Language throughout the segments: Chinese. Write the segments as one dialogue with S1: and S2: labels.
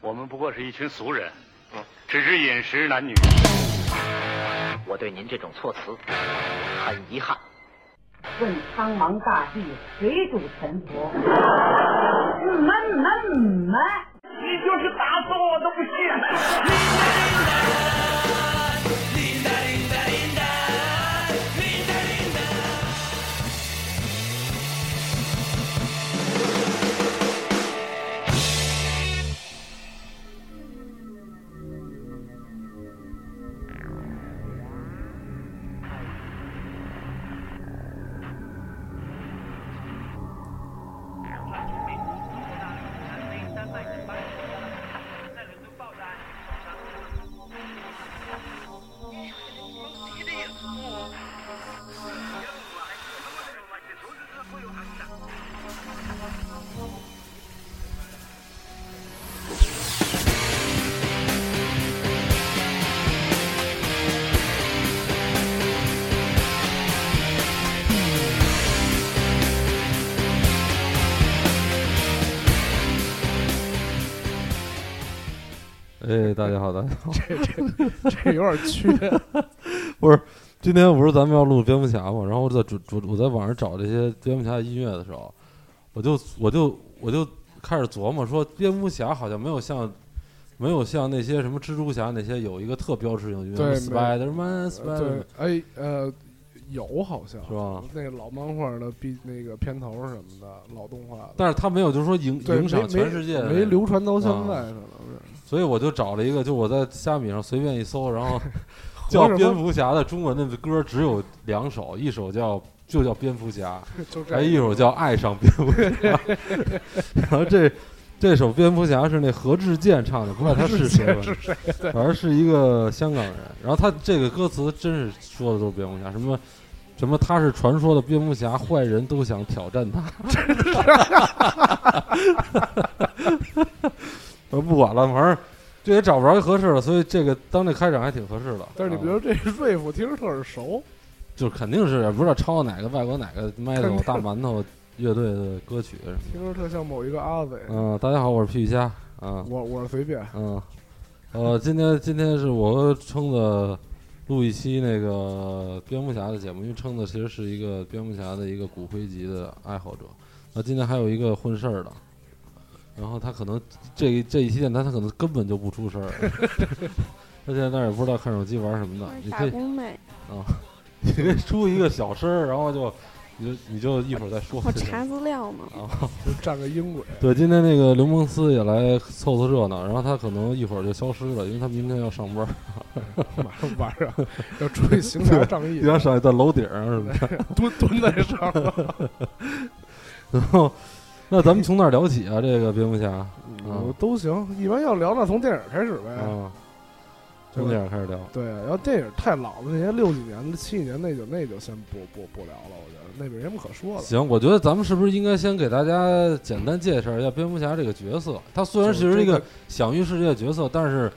S1: 我们不过是一群俗人，只知饮食男女。
S2: 我对您这种措辞很遗憾。
S3: 问苍茫大地，谁主沉 浮？嗯闷闷闷！
S4: 你就是打死我我都不信。
S5: 哎，大家好，大家好，
S6: 这这这有点缺，
S5: 不是，今天不是咱们要录蝙蝠侠嘛？然后我在主主我在网上找这些蝙蝠侠的音乐的时候，我就我就我就开始琢磨说，蝙蝠侠好像没有像没有像那些什么蜘蛛侠那些有一个特标志性的音乐
S6: 对
S5: ，Spider Man
S6: 对
S5: Spider，
S6: 哎呃，有好像
S5: 是吧
S6: 那个老漫画的毕那个片头什么的，老动画的，
S5: 但是他没有就是说影
S6: 对
S5: 影响
S6: 没
S5: 全世界的那
S6: 没没
S5: 种
S6: 流传到现
S5: 啊
S6: 在，可能
S5: 所以我就找了一个，就我在虾米上随便一搜，然后
S6: 活
S5: 叫
S6: 着吗
S5: 《蝙蝠侠》的中文的歌只有两首，一首叫就叫《蝙蝠侠
S6: 是 就》，这
S5: 还有哎一首叫《爱上蝙蝠侠》。 然后这这首《蝙蝠侠》是那何志健唱的，不知道他是谁吧，
S6: 是谁？
S5: 反正是一个香港人。然后他这个歌词真是说的都是蝙蝠侠，什么什么他是传说的蝙蝠侠，坏人都想挑战他。 我不管了，反正这也找不着合适的，所以这个当这开场还挺合适的。
S6: 但是你
S5: 比
S6: 觉得这瑞夫听着特耳熟，
S5: 就肯定是也不知道抄哪个外国哪个麦
S6: 肯
S5: 总
S6: 定
S5: 大馒头乐队的歌曲什么的。
S6: 听着特像某一个阿伟。
S5: 嗯，大家好，我是皮皮虾。啊，
S6: 我我随便，
S5: 嗯，呃，今天今天是我和撑子录一期那个蝙蝠侠的节目，因为撑子其实是一个蝙蝠侠的一个骨灰级的爱好者。那今天还有一个混事儿的，然后他可能这这一期电台他可能根本就不出声儿， 他现在那儿也不知道看手机玩什么的，你可
S7: 打
S5: 以啊
S7: 工嗯妹，
S5: 你可以出一个小声儿，然后就你就你就一会儿再说
S7: 我
S5: 就行。
S7: 查资料嘛。
S5: 啊。
S6: 就站个音轨，
S5: 对，今天那个刘梦思也来凑凑热闹，然后他可能一会儿就消失了，因为他明天要上班，
S6: 马上晚上要出去行侠仗义，
S5: 要上在楼顶上什么的。
S6: 蹲蹲在上面。
S5: 然后，那咱们从哪儿聊起啊？这个蝙蝠侠啊，
S6: 嗯 都行，一般要聊那从电影开始
S5: 哎
S6: 呗。
S5: 啊从电影开始聊。
S6: 对，要电影太老的那些六几年的、七几年那就那就先不不不聊了，我觉得那没什么可说的。
S5: 行，我觉得咱们是不是应该先给大家简单介绍一下蝙蝠侠这个角色？他虽然
S6: 就是是
S5: 一个
S6: 这个
S5: 享誉世界的角色，但是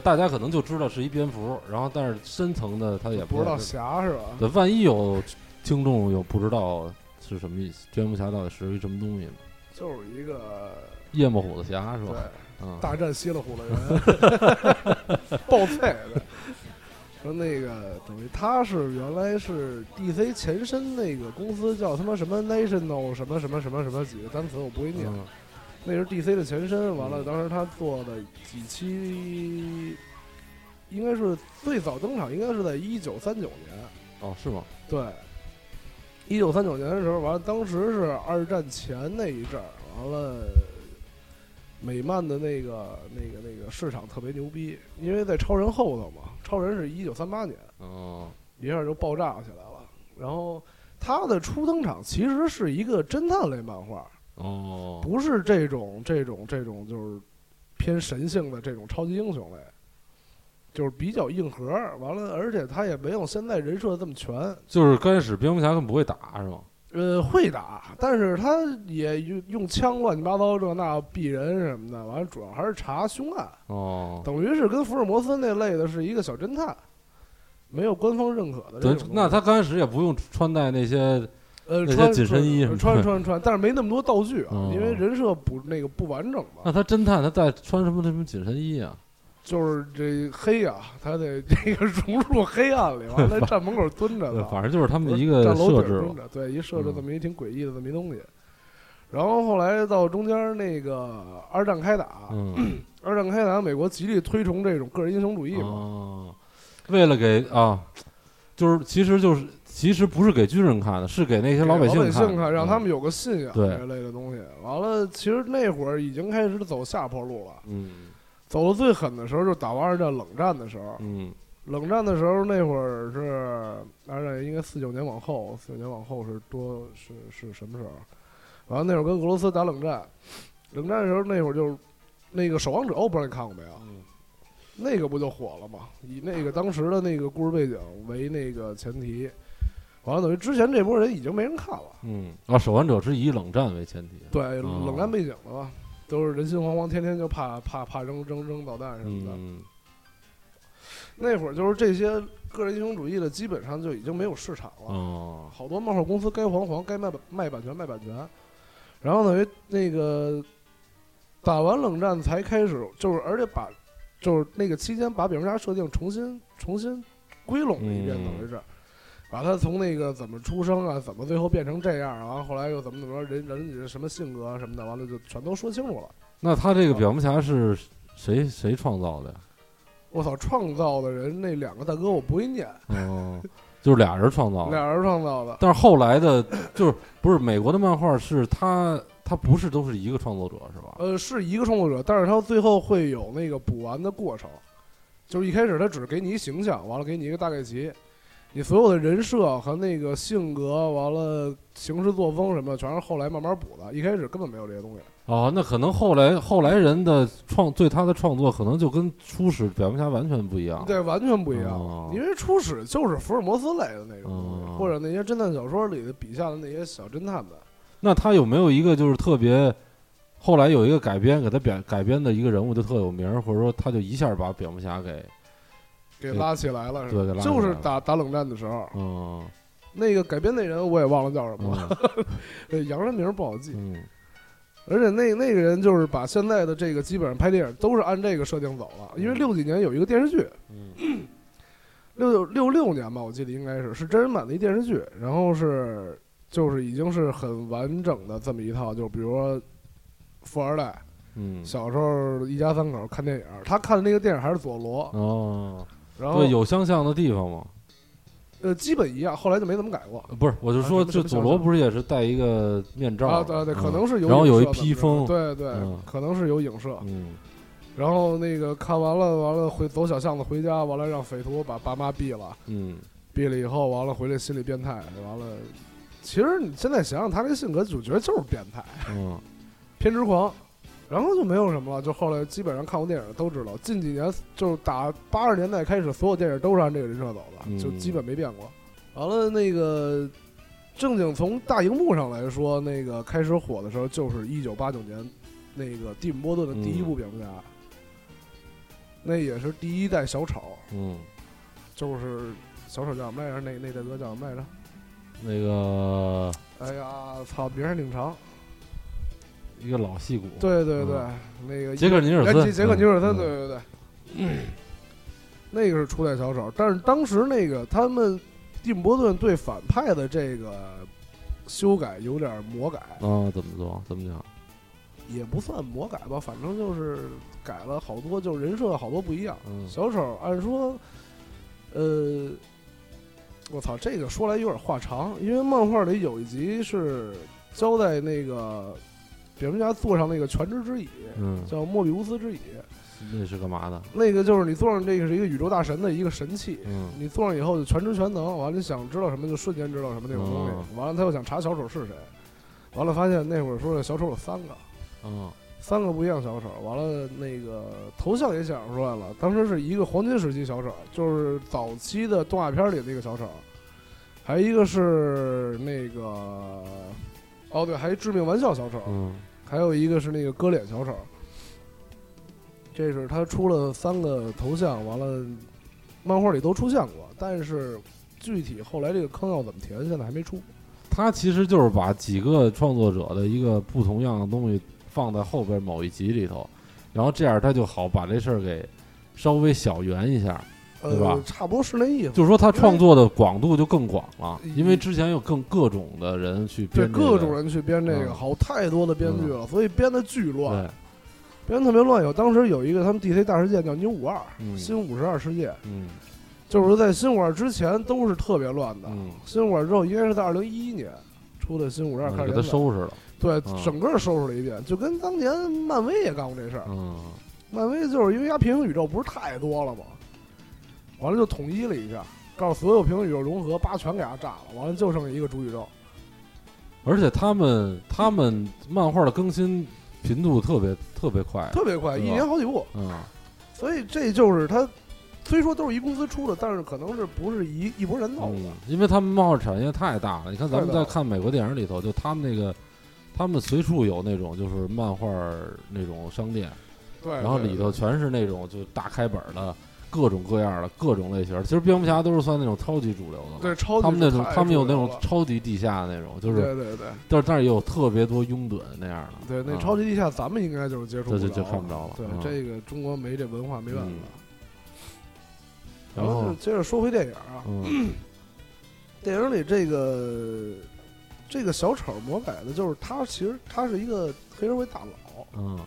S5: 大家可能就知道是一蝙蝠，然后但是深层的他也
S6: 不知道
S5: 太
S6: 侠是吧？
S5: 对，万一有听众有不知道是什么意思，蝙蝠侠到底是一什么东西呢？
S6: 就是一个
S5: 夜幕虎子侠是
S6: 对
S5: 吧？嗯，
S6: 大战稀里糊涂人， 爆菜的。说那个等于他是原来是 DC 前身那个公司叫他妈什么 National 什么什么什么什么几个单词我不会念，
S5: 嗯
S6: 那是 DC 的前身。完了，当时他做的几期，应该是最早登场，应该是在一九三九年。
S5: 哦，是吗？
S6: 对，一九三九年的时候，完了，当时是二战前那一阵儿，完了，美漫的那个那个那个市场特别牛逼，因为在超人后头嘛，超人是一九三八年，
S5: 哦，
S6: 一下就爆炸起来了。然后他的初登场其实是一个侦探类漫画，
S5: 哦，
S6: 不是这种这种这种就是偏神性的这种超级英雄类，就是比较硬核。完了，而且他也没有现在人设这么全。
S5: 就是刚开始蝙蝠侠根本不会打是吗？
S6: 呃，会打，但是他也用用枪乱七八糟这那毙人什么的，完了主要还是查凶案，
S5: 哦，
S6: 等于是跟福尔摩斯那类的是一个小侦探，没有官方认可的这
S5: 对
S6: 种东西。，
S5: 那他刚开始也不用穿戴那些
S6: 呃，
S5: 那些
S6: 穿
S5: 紧身衣什么
S6: 穿
S5: 的
S6: 穿穿穿，但是没那么多道具啊，
S5: 哦
S6: 因为人设不那个不完整嘛，
S5: 那他侦探他带穿什么什么紧身衣啊？
S6: 就是这黑啊，他得这个 融入黑暗里，完了站门口蹲着
S5: 对，
S6: 呢，
S5: 呃反正就是他们的一
S6: 不
S5: 个
S6: 是嗯站楼
S5: 设
S6: 顶
S5: 置
S6: 蹲
S5: 吧。
S6: 着，对，一设置
S5: 嗯
S6: 这么一挺诡异的这么一东西。然后后来到中间那个二战开打，
S5: 嗯，
S6: 二战开打，美国极力推崇这种个人英雄主义嘛，
S5: 哦，为了给啊，就是其实就是其实不是给军人看的，是给那些
S6: 给
S5: 老
S6: 老
S5: 百姓
S6: 看，
S5: 看的，嗯
S6: 让他们
S5: 有
S6: 有个信仰
S5: 对
S6: 这类的东西。完了，其实那会儿已经开始走下坡路了，
S5: 嗯
S6: 走的最狠的时候就是打完二战冷战的时候，
S5: 嗯
S6: 冷战的时候，那会儿是二战应该四九年往后，四九年往后是多是是什么时候？完了那会儿跟俄罗斯打冷战，冷战的时候那会儿就是那个《守望者》，我不知道你看过没有？那个不就火了吗？以那个当时的那个故事背景为那个前提，完了等于之前这波人已经没人看了，
S5: 嗯啊，守望者是以冷战为前提。
S6: 对，
S5: 哦
S6: 冷战背景了吧？都是人心惶惶，天天就怕怕怕扔扔扔导弹什么的。
S5: 嗯
S6: 那会儿就是这些个人英雄主义的，基本上就已经没有市场了。
S5: 哦
S6: 好多漫画公司该黄黄，该卖版卖版权卖版权，然后等于那个打完冷战才开始，就是而且把就是那个期间把蝙蝠侠设定重新重新归拢了一遍，
S5: 嗯
S6: 等于是把他从那个怎么出生啊，怎么最后变成这样啊，后来又怎么怎么着人人什么性格啊什么的，完了就全都说清楚了。
S5: 那他这个
S6: 啊
S5: 蝙蝠侠是谁谁创造的呀？
S6: 我操，创造的人那两个大哥我不会念，
S5: 哦， 就是俩人创造的。
S6: 俩人创造的，
S5: 但是后来的，就是不是美国的漫画是他他不是都是一个创作者是吧？
S6: 呃，是一个创作者，但是他最后会有那个补完的过程，就是一开始他只是给你一形象，完了给你一个大概齐，你所有的人设和那个性格，完了行事作风什么的，全是后来慢慢补的，一开始根本没有这些东西。
S5: 哦，那可能后来后来人的创对他的创作，可能就跟初始蝙蝠侠完全不一样。
S6: 对，完全不一样，
S5: 啊哦
S6: 因为初始就是福尔摩斯类的那种东西，
S5: 哦
S6: 或者那些侦探小说里的笔下的那些小侦探们。
S5: 那他有没有一个就是特别，后来有一个改编给他改改编的一个人物就特有名儿，或者说他就一下把蝙蝠侠给
S6: 给
S5: 对
S6: 拉起来了，是吧
S5: 对给拉起来
S6: 就是
S5: 了
S6: 打打冷战的时候，
S5: 嗯
S6: 那个改编那人我也忘了叫什么了，呃
S5: 嗯
S6: 对，洋人名不好记。
S5: 嗯
S6: 而且那那个人就是把现在的这个基本上拍电影都是按这个设定走了，因为六几年有一个电视剧，
S5: 嗯
S6: 六六六年吧，我记得应该是是真人版的一电视剧，然后是就是已经是很完整的这么一套，就比如说富二代
S5: 嗯
S6: 小时候一家三口看电影，他看的那个电影还是佐罗，
S5: 哦，
S6: 然后
S5: 对，有相像的地方吗？
S6: 呃基本一样，后来就没怎么改过。
S5: 呃不是，我就
S6: 啊
S5: 说
S6: 什么什
S5: 这
S6: 么
S5: 佐
S6: 相
S5: 罗
S6: 像
S5: 不是也是戴一个面罩
S6: 啊，
S5: 吗？
S6: 对对，
S5: 嗯
S6: 可能是有影射的。
S5: 然后有一披风
S6: 对对
S5: 嗯，
S6: 可能是有影射。
S5: 嗯
S6: 然后那个看完了，完了回走小巷子回家，完了让匪徒把爸妈毙了，
S5: 嗯
S6: 毙了以后，完了回来心理变态，完了，其实你现在想想，他这性格主角就是变态、
S5: 嗯
S6: 偏执狂，然后就没有什么了。就后来基本上看过电影都知道，近几年就是打八十年代开始，所有电影都是按这个人设走的，
S5: 嗯
S6: 就基本没变过。完了，那个正经从大荧幕上来说，那个开始火的时候就是一九八九年，那个蒂姆·波顿的第一部蝙蝠侠，那也是第一代小丑，
S5: 嗯，
S6: 就是小丑叫什么来着？那那大哥叫什么来着？
S5: 那个
S6: 哎呀，操，名儿挺长。
S5: 一个老戏骨，
S6: 对对对，那个
S5: 杰克尼尔
S6: 哎
S5: 森，
S6: 杰杰克尼尔森，
S5: 嗯
S6: 对，对对，那个是初代小丑，但是当时那个他们蒂姆·伯顿对反派的这个修改有点魔改，
S5: 嗯啊，怎么做？怎么讲？
S6: 也不算魔改吧，反正就是改了好多，就是人设好多不一样。
S5: 嗯
S6: 小丑按说，呃，我操，这个说来有点话长，因为漫画里有一集是交代那个蝙蝠侠坐上那个全知之椅，
S5: 嗯，
S6: 叫莫比乌斯之椅。
S5: 那是干嘛的？
S6: 那个就是你坐上这个是一个宇宙大神的一个神器，
S5: 嗯
S6: 你坐上以后就全知全能，完了你想知道什么就瞬间知道什么那种东
S5: 哦
S6: 西，完了他又想查小丑是谁，完了发现那会儿说的小丑有三个，
S5: 嗯
S6: 三个不一样小丑，完了那个头像也想出来了，当时是一个黄金时期小丑，就是早期的动画片里那个小丑，还一个是那个，哦对，还致命玩笑小丑，
S5: 嗯
S6: 还有一个是那个割脸小丑，这是他出了三个头像，完了，漫画里都出现过，但是具体后来这个坑要怎么填，现在还没出。
S5: 他其实就是把几个创作者的一个不同样的东西放在后边某一集里头，然后这样他就好把这事儿给稍微小圆一下，对吧
S6: 呃，差不多是那意思。
S5: 就是说他创作的广度就更广了，
S6: 因为
S5: 因为之前有更各种的人去
S6: 对
S5: 编、这个、
S6: 各种人去编这个，
S5: 嗯
S6: 好太多的编剧了，所以编的巨乱，
S5: 对，
S6: 编得特别乱。有当时有一个他们 DC 大事件叫new 五二、
S5: 嗯
S6: 新五十二世界，
S5: 嗯
S6: 就是说在新五二之前都是特别乱的，
S5: 嗯，
S6: 新五二之后应该是在二零一一年出的新五十二
S5: 嗯
S6: 开
S5: 给
S6: 始
S5: 他
S6: 连载，
S5: 收拾了，
S6: 对，
S5: 嗯
S6: 整个收拾了一遍，就跟当年漫威也干过这事儿。
S5: 嗯
S6: 漫威就是因为它平行宇宙不是太多了吗？完了就统一了一下，告诉所有平行宇宙融合，八全给它炸了，完了就剩一个主宇宙。
S5: 而且他们他们漫画的更新频度特别特别快，
S6: 特别快，
S5: 是
S6: 一
S5: 吧
S6: 年好几部。
S5: 嗯
S6: 所以这就是它，虽说都是一公司出的，但是可能是不是一一拨人弄的
S5: 嗯，，因为他们漫画产业太大了。你看咱们
S6: 太大
S5: 在
S6: 了
S5: 看美国电影里头，就他们那个，他们随处有那种就是漫画那种商店，
S6: 对。
S5: 然后
S6: 哎对
S5: 里头全是那种就大开本的。各种各样的各种类型，其实蝙蝠侠都是算那种超级主流的了。
S6: 对超级
S5: 他们那
S6: 主
S5: 种
S6: 流，了
S5: 他们有那种超级地下那种，就
S6: 对
S5: 是，
S6: 对对
S5: 但是但是也有特别多拥趸那样的。
S6: 对，
S5: 嗯
S6: 那超级地下咱们应该就是接触不
S5: 这
S6: 了，
S5: 就就看不着了
S6: 对
S5: 嗯，
S6: 这个中国没这文化，没办法
S5: 嗯。
S6: 然
S5: 然
S6: 后
S5: 后，
S6: 接着说回电影啊，
S5: 嗯
S6: 电影里这个这个小丑魔改的，就是他其实他是一个黑社会大佬，
S5: 嗯，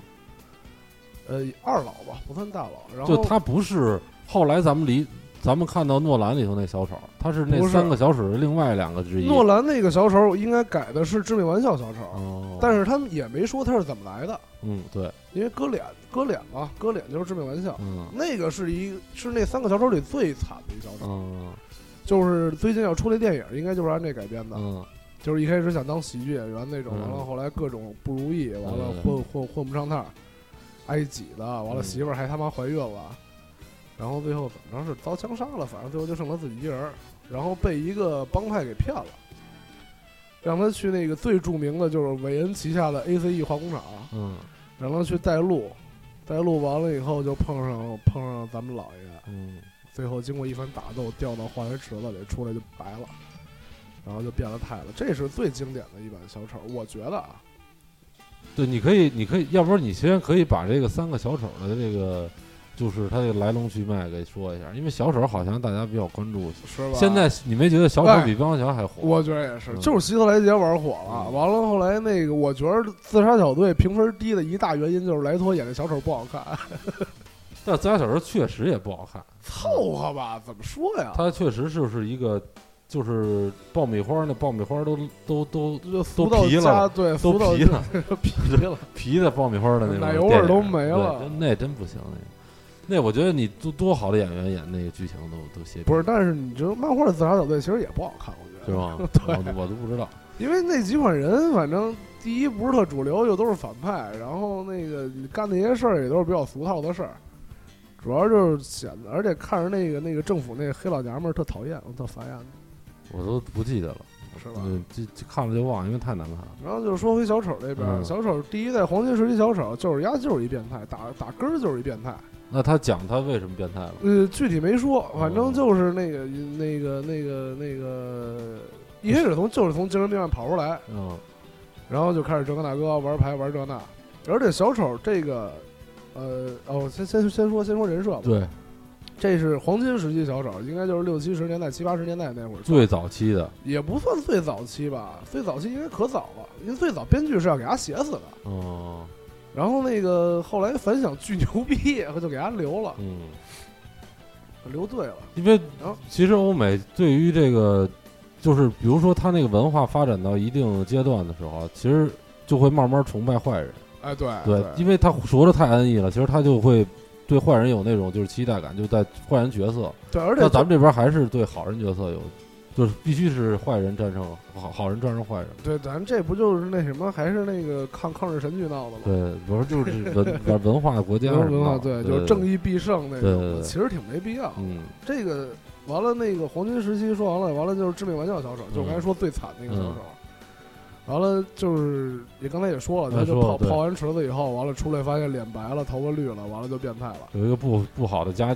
S6: 呃，二老吧，不算大佬。然后
S5: 就他不是后来咱们离咱们看到诺兰里头那小丑，他是那
S6: 不是
S5: 三个小丑的另外两个之一。
S6: 诺兰那个小丑应该改的是《致命玩笑》小丑，
S5: 哦，
S6: 但是他们也没说他是怎么来的，
S5: 嗯，对，
S6: 因为割脸割脸嘛，割脸就是《致命玩笑》。
S5: 嗯
S6: 那个是一是那三个小丑里最惨的一小丑，
S5: 嗯
S6: 就是最近要出那电影，应该就是按这改编的，
S5: 嗯
S6: 就是一开始想当喜剧演员那种，
S5: 嗯
S6: 完了后来各种不如意，完了
S5: 嗯
S6: 混混混不上趟，挨挤的，完了
S5: 嗯
S6: 媳妇儿还他妈怀孕了，然后最后反正是遭枪杀了，反正最后就剩他自己一人儿，然后被一个帮派给骗了，让他去那个最著名的就是韦恩旗下的 ACE 化工厂，
S5: 嗯
S6: 让他去带路，带路完了以后就碰上碰上咱们老爷，
S5: 嗯
S6: 最后经过一番打斗，掉到化学池子里，出来就白了，然后就变了态了。这是最经典的一版小丑，我觉得啊，
S5: 对，你可以，你可以，要不然你先可以把这个三个小丑的这个，就是他的来龙去脉给说一下，因为小丑好像大家比较关注。
S6: 是吧？
S5: 现在你没觉得小
S6: 哎
S5: 丑比蝙蝠侠还火？
S6: 我觉得也是，
S5: 嗯
S6: 就是希特莱杰玩火了。
S5: 嗯
S6: 完了后来那个，我觉得自杀小队评分低的一大原因就是莱托演的小丑不好看，
S5: 嗯但自杀小丑确实也不好看，
S6: 啊凑合吧，怎么说呀？
S5: 他确实就是一个，就是爆米花那爆米花都都都
S6: 就俗
S5: 都
S6: 到
S5: 皮
S6: 家，
S5: 了
S6: 对，
S5: 都
S6: 俗到
S5: 皮 了，
S6: 皮了，
S5: 皮的爆米花的那种
S6: 奶油味儿都没
S5: 电影
S6: 了
S5: 对真那真不行那个。那我觉得你多多好的演员演那个剧情都都写
S6: 不是，但是你知道漫画的自杀小队其实也不好看，我觉
S5: 是
S6: 得。
S5: 吗？我我都不知道。
S6: 因为那几款人，反正第一不是特主流，又都是反派，然后那个你干那些事儿也都是比较俗套的事儿，主要就是显得，而且看着那个那个政府那黑老娘们儿特讨厌，我特烦呀。
S5: 我都不记得了，
S6: 是吧
S5: 嗯，这这看了就忘，因为太难看了。
S6: 然后就说回小丑这边，
S5: 嗯
S6: 小丑第一代黄金时期小丑就是丫就是一变态，打打根儿就是一变态。
S5: 那他讲他为什么变态了？
S6: 呃，具体没说，反正就是那个、那个那个那个，一开始从就是从精神病院跑出来，
S5: 嗯
S6: 然后就开始这个那个玩牌玩这那，而且小丑这个，呃，哦，先先先说先说人设吧，
S5: 对，
S6: 这是黄金时期小丑，应该就是六七十年代、七八十年代那会儿，
S5: 最早期的，
S6: 也不算最早期吧，最早期应该可早了，因为最早编剧是要给他写死的，
S5: 嗯
S6: 然后那个后来反响巨牛逼，就给他留了，
S5: 嗯，
S6: 留对了，
S5: 因为
S6: 啊
S5: 其实欧美对于这个，就是比如说他那个文化发展到一定阶段的时候，其实就会慢慢崇拜坏人，
S6: 哎，对
S5: 对，因为他活得太安逸了，其实他就会对坏人有那种就是期待感，就在坏人角色。
S6: 对，而且
S5: 那咱们这边还是对好人角色有，就是必须是坏人战胜好好人战胜坏人。
S6: 对咱这不就是那什么，还是那个抗抗日神剧闹的吗？
S5: 对，主要就是文 文文化国家
S6: 流行
S5: 什么
S6: 文化
S5: 的对，
S6: 对，就是正义必胜那
S5: 对对
S6: 种
S5: 对
S6: 的，
S5: 对
S6: 其实挺没必要。
S5: 嗯
S6: 这个完了，那个黄金时期说完了，完了就是致命玩笑小丑，就
S5: 嗯
S6: 刚才说最惨那个小丑。完了就是也刚才也说了，
S5: 哎
S6: 他就
S5: 说
S6: 泡
S5: 对
S6: 泡完池子以后，完了出来发现脸白了，头发绿了，完了就变态了。
S5: 有一个不不好的家，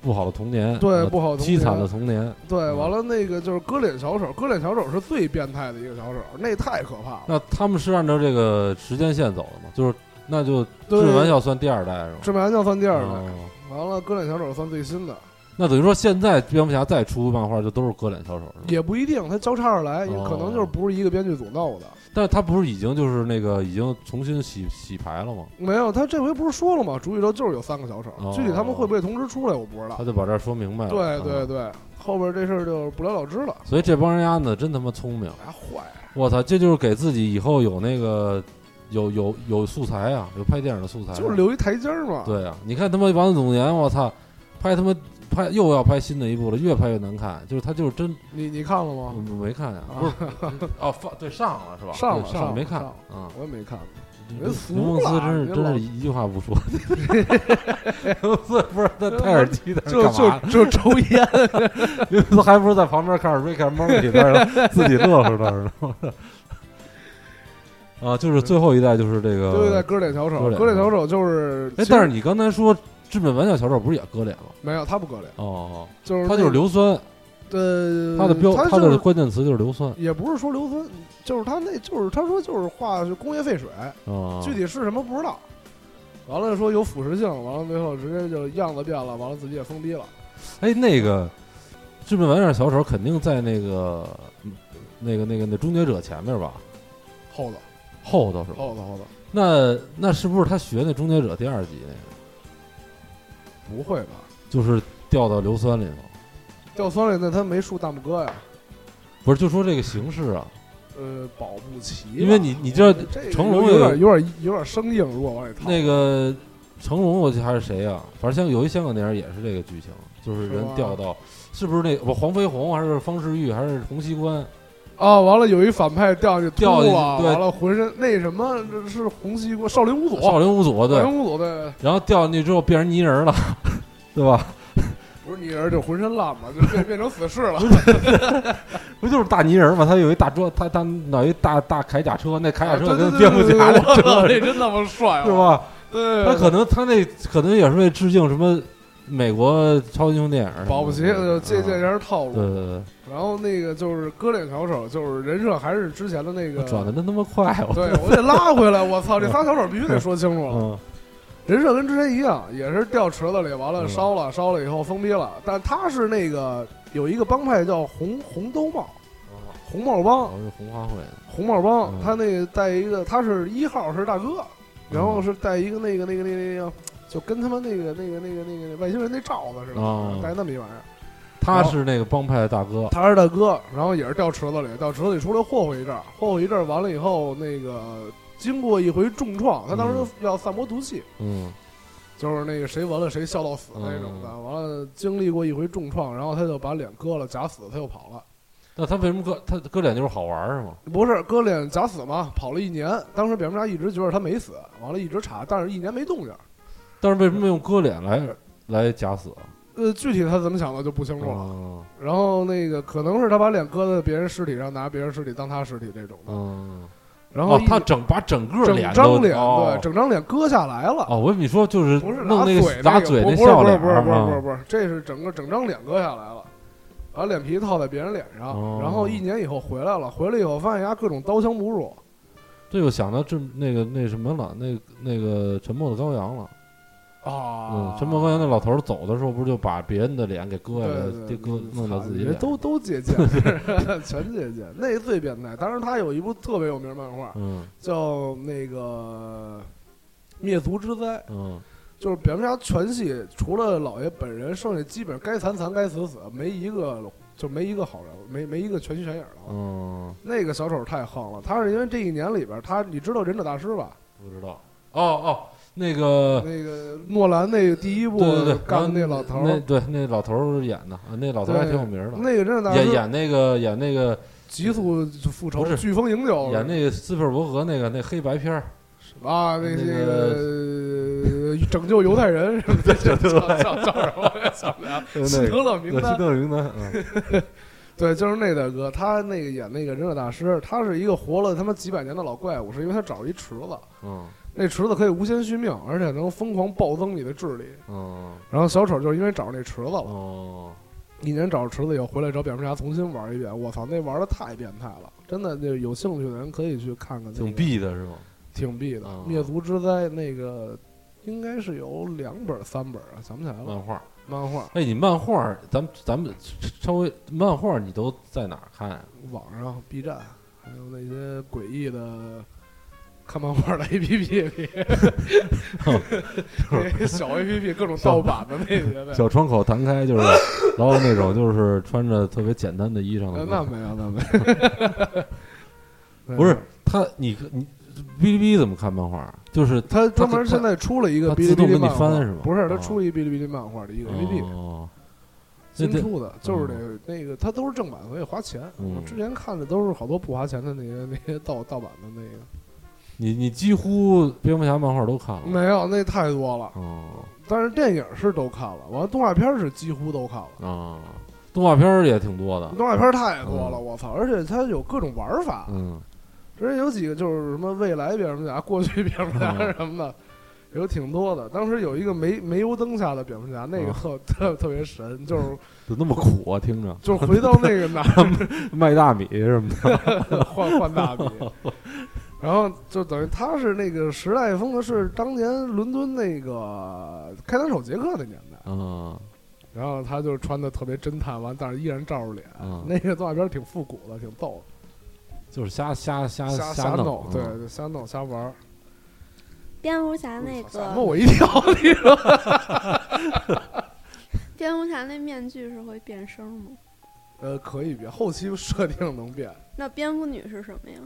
S5: 不好的童年，
S6: 对
S5: 呃
S6: 不好的童
S5: 凄惨
S6: 年
S5: 的童年。
S6: 对，
S5: 嗯
S6: 完了那个就是割脸小丑，割脸小丑是最变态的一个小丑，那太可怕了。
S5: 那他们是按照这个时间线走的吗？就是那就
S6: 对
S5: 治完要算第二代是吗？
S6: 致命就算第二代，
S5: 哦
S6: 完了割脸小丑算最新的，
S5: 那等于说现在蝙蝠侠再出漫画就都是割脸小丑是吗？
S6: 也不一定，他交叉着来，
S5: 哦
S6: 可能就是不是一个编剧组弄的。
S5: 但是他不是已经就是那个已经重新洗洗牌了吗？
S6: 没有，他这回不是说了吗？主宇宙就是有三个小丑，
S5: 哦
S6: 具体他们会不会同时出来，我不知道
S5: 他。就把这儿说明白了。
S6: 对对
S5: 啊
S6: 对，后边这事儿就不了了之了。
S5: 所以这帮人丫呢，真他妈聪明！
S6: 哎，坏，
S5: 我操，这就是给自己以后有那个有有有素材啊，有拍电影的素材啊、
S6: 就是留一台阶儿嘛。
S5: 对啊，你看他妈《王总监》，我操，拍他妈拍又要拍新的一部了，越拍越难看。就是他就是真
S6: 你你看了
S5: 我
S6: 吗？
S5: 没看呀、
S6: 啊
S5: 不是哦放对上了是吧？
S6: 上了
S5: 对
S6: 上了
S5: 没看
S6: 上了
S5: 啊。
S6: 我也没看过。人
S5: 刘
S6: 俗
S5: 梦
S6: 了
S5: 思真是
S6: 人
S5: 真
S6: 老
S5: 是一句话不说，刘梦思不是他戴耳机在那
S6: 就
S5: 干嘛？
S6: 就就抽烟，
S5: 刘梦思还不是在旁边看着 Rick and Morty 在那儿自己乐呵乐呵呢。啊，就是最后一代就是这个，
S6: 对对，割脸小丑
S5: 割，脸
S6: 割脸小丑就是，
S5: 哎，但是你刚才说治本玩笑小丑不是也割脸吗？
S6: 没有他不割脸，
S5: 哦，
S6: 就是
S5: 他就是
S6: 那
S5: 硫酸，
S6: 呃，
S5: 他的标
S6: 他
S5: 他
S6: 就
S5: 的
S6: 是
S5: 关键词就是硫酸
S6: 也不是说硫酸，就是他那就是他说就是化学工业废水，
S5: 啊，
S6: 具体是什么不知道。完了说有腐蚀性，完了最后直接就样子变了，完了自己也疯逼了。
S5: 哎，那个治本玩笑小丑肯定在那个那个那个那终结者前面吧，
S6: 后头
S5: 后头是吧？
S6: 后头后头，
S5: 那那是不是他学那《终结者》第二集那个，
S6: 不会吧？
S5: 就是掉到硫酸里头？
S6: 掉酸里那他没树大拇哥呀，
S5: 不是，就说这个形式啊，
S6: 呃，保不齐吧。
S5: 因为你你知道
S6: 这
S5: 成龙有
S6: 有点有点有点生硬，如果往里套
S5: 那个成龙，我记得还是谁呀、反正像有一香港电影也是这个剧情，就是人
S6: 是吗
S5: 掉到，是不是那不黄飞鸿还是方世玉还是洪熙官？
S6: 哦，完了有一反派掉进去
S5: 掉
S6: 秃
S5: 进去
S6: 了，
S5: 对
S6: 完了浑身那什么是洪熙国少林五祖，
S5: 少林五祖
S6: 少
S5: 对，
S6: 林五祖对，
S5: 然后掉进去之后变成泥人了， 对吧？
S6: 不是你儿就浑身烂嘛，就变变成死士了。
S5: 不就是大泥人嘛？他有一大桌，他他脑一大大铠甲车，那铠甲车
S6: 啊对
S5: 跟
S6: 对
S5: 蝙蝠侠
S6: 对对对
S5: 的
S6: 对我
S5: 车
S6: 操
S5: 是
S6: 那真他妈帅，
S5: 是？吧？
S6: 对，
S5: 他可能他那可能也是为致敬什么美国超级英雄电影什么的，
S6: 保不齐就借鉴一
S5: 啊
S6: 下套
S5: 对
S6: 路。
S5: 对对
S6: 然后那个就是割脸小丑，就是人设还是之前的那
S5: 对，
S6: 个。
S5: 转的真他妈快，我
S6: 对，我得拉回来。我操，这仨小丑必须得说清楚了。
S5: 嗯
S6: 人设跟之前一样，也是掉池子里，完了
S5: 嗯
S6: 烧了，烧了以后封逼了。但他是那个有一个帮派叫红红兜帽，红帽帮
S5: 哦，，是红花会，
S6: 红帽帮
S5: 嗯，
S6: 他那个带一个，他是一号是大哥，然后是带一个那个那个那个那个，就跟他们那个那个那个那个外星人那罩子似
S5: 哦
S6: 的，带那么一玩意儿。
S5: 他是那个帮派的大哥，
S6: 他是大哥，然后也是掉池子里，掉池子里出来霍霍一阵儿，霍霍一阵儿完了以后，那个经过一回重创，他当时要散播毒气，
S5: 嗯
S6: 就是那个谁完了谁笑到死那种的。完了经历过一回重创，然后他就把脸割了，假死他又跑了。
S5: 那他为什么割他割脸就是好玩儿是吗？
S6: 不是割脸假死嘛，跑了一年。当时蝙蝠侠一直觉得他没死，完了一直查，但是一年没动静儿。
S5: 但是为什么用割脸来来假死啊？
S6: 呃，具体他怎么想的就不清楚了。
S5: 嗯
S6: 然后那个可能是他把脸搁在别人尸体上，拿别人尸体当他尸体这种的。
S5: 嗯，
S6: 然后
S5: 哦
S6: 一、，
S5: 他整把整个
S6: 整
S5: 都
S6: 张脸，
S5: 哦
S6: 对，整张脸割下来了。
S5: 哦，我跟你说就是
S6: 不是
S5: 弄那
S6: 嘴
S5: 打
S6: 那
S5: 嘴
S6: 不不是
S5: 笑脸儿，
S6: 不是不是不是
S5: 啊
S6: 不是，这是整个整张脸割下来了，把脸皮套在别人脸上，
S5: 哦
S6: 然后一年以后回来了，回来以后发现人家各种刀枪不入，
S5: 这又想到这那个那什么了，那那个沉默的羔羊了。
S6: 啊
S5: 嗯，，陈宝刚才那老头儿走的时候，不是就把别人的脸给割下来，
S6: 对
S5: 就
S6: 对
S5: 割
S6: 对
S5: 弄到自己
S6: 人
S5: 脸？
S6: 都都借鉴， 全借鉴，那最变态。当然，他有一部特别有名的漫画，
S5: 嗯
S6: 叫那个《灭族之灾》，
S5: 嗯，
S6: 就是蝙蝠侠全系除了老爷本人，剩下基本上该残残，该死死，没一个就没一个好人，没没一个全心全影的。
S5: 嗯，
S6: 那个小丑太横了，他是因为这一年里边，他你知道忍者大师吧？
S5: 不知道。哦哦，那个，
S6: 那个诺兰那个第一部
S5: 对对对，
S6: 干的
S5: 那
S6: 那老头
S5: 那
S6: 儿，
S5: 对那老头儿演的，啊那老头儿还
S6: 对
S5: 挺有名儿的，
S6: 那个忍者大
S5: 演
S6: 师
S5: 演那个演那个
S6: 极速复仇
S5: 不是、
S6: 飓风营救
S5: 演那个斯皮尔伯格那个那黑白片儿，
S6: 啊，那
S5: 那
S6: 个拯救犹 太人什么的，叫叫叫什么呀？想不起来
S5: 对
S6: 辛
S5: 那
S6: 德
S5: 个
S6: 勒名
S5: 对
S6: 单
S5: 希。特勒名单，嗯
S6: 对，就是那大哥，他那个演那个忍者大师，他是一个活了他妈几百年的老怪物，是因为他找一池子，
S5: 嗯
S6: 那池子可以无限续命，而且能疯狂暴增你的智力。
S5: 嗯
S6: 然后小丑就是因为找那池子了，
S5: 哦，
S6: 一年找着池子以后回来找蝙蝠侠重新玩一遍，我操，那玩的太变态了，真的，就有兴趣的人可以去看看、那个。
S5: 挺逼的是吗？
S6: 挺毙的，
S5: 啊
S6: 灭族之灾》那个应该是有两本儿三本儿啊，想不起来了。
S5: 漫画，
S6: 漫画
S5: 哎，你漫画儿，咱们咱们稍微漫画儿你都在哪儿看呀？
S6: 网上 B 站，还有那些诡异的看漫画的 APP 里，那些小 APP 各种盗版的那些呗。
S5: 小窗口弹开 就是，然后那种就是穿着特别简单的衣裳的。
S6: 呃那没有，那没 有。
S5: 不 是他，你你哔哩哔哩怎么看漫画儿？就是
S6: 他专
S5: 他
S6: 门现在出了一个
S5: 他
S6: 哔哩
S5: 自
S6: 哔
S5: 动
S6: 哩
S5: 给你
S6: 漫画
S5: 翻是吗
S6: 不是，他
S5: 啊
S6: 出了一个哔哩哔哩漫画的一个 APP，、
S5: 哦，那
S6: 新
S5: 这哦
S6: 出的，就是得那个，它都是正版，所以花钱。
S5: 嗯
S6: 我之前看的都是好多不花钱的那些那些盗盗版的那个，
S5: 你你几乎蝙蝠侠漫画都看了。
S6: 没有，那太多了。
S5: 哦
S6: 但是电影是都看了，完了动画片是几乎都看了，
S5: 哦，动画片儿也挺多的。
S6: 动画片太多了，我操！而且它有各种玩法，
S5: 哦嗯，
S6: 之前有几个就是什么未来蝙蝠侠、过去蝙蝠侠
S5: 嗯
S6: 什么的，有挺多的。当时有一个煤煤油灯下的蝙蝠侠，那个
S5: 嗯
S6: 特特特别神，就是
S5: 怎么那么苦啊？听着，
S6: 就是回到那个哪儿
S5: 卖大米什么的。
S6: 换换大笔，然后就等于他是那个时代风格是当年伦敦那个开膛手杰克的年代，
S5: 嗯
S6: 然后他就穿的特别侦探完，但是依然罩着脸，
S5: 嗯
S6: 那个动画片挺复古的，挺逗
S5: 就是瞎瞎瞎
S6: 的，瞎
S5: 啊瞎
S6: 弄，对，
S5: 嗯
S6: 就瞎弄瞎玩儿，
S7: 蝙蝠侠那
S6: 吓
S7: 个
S6: 我一跳，你说
S7: 蝙蝠侠那面具是会变声吗？
S6: 呃可以变，后期设定能变。
S7: 那蝙蝠女是什么呀？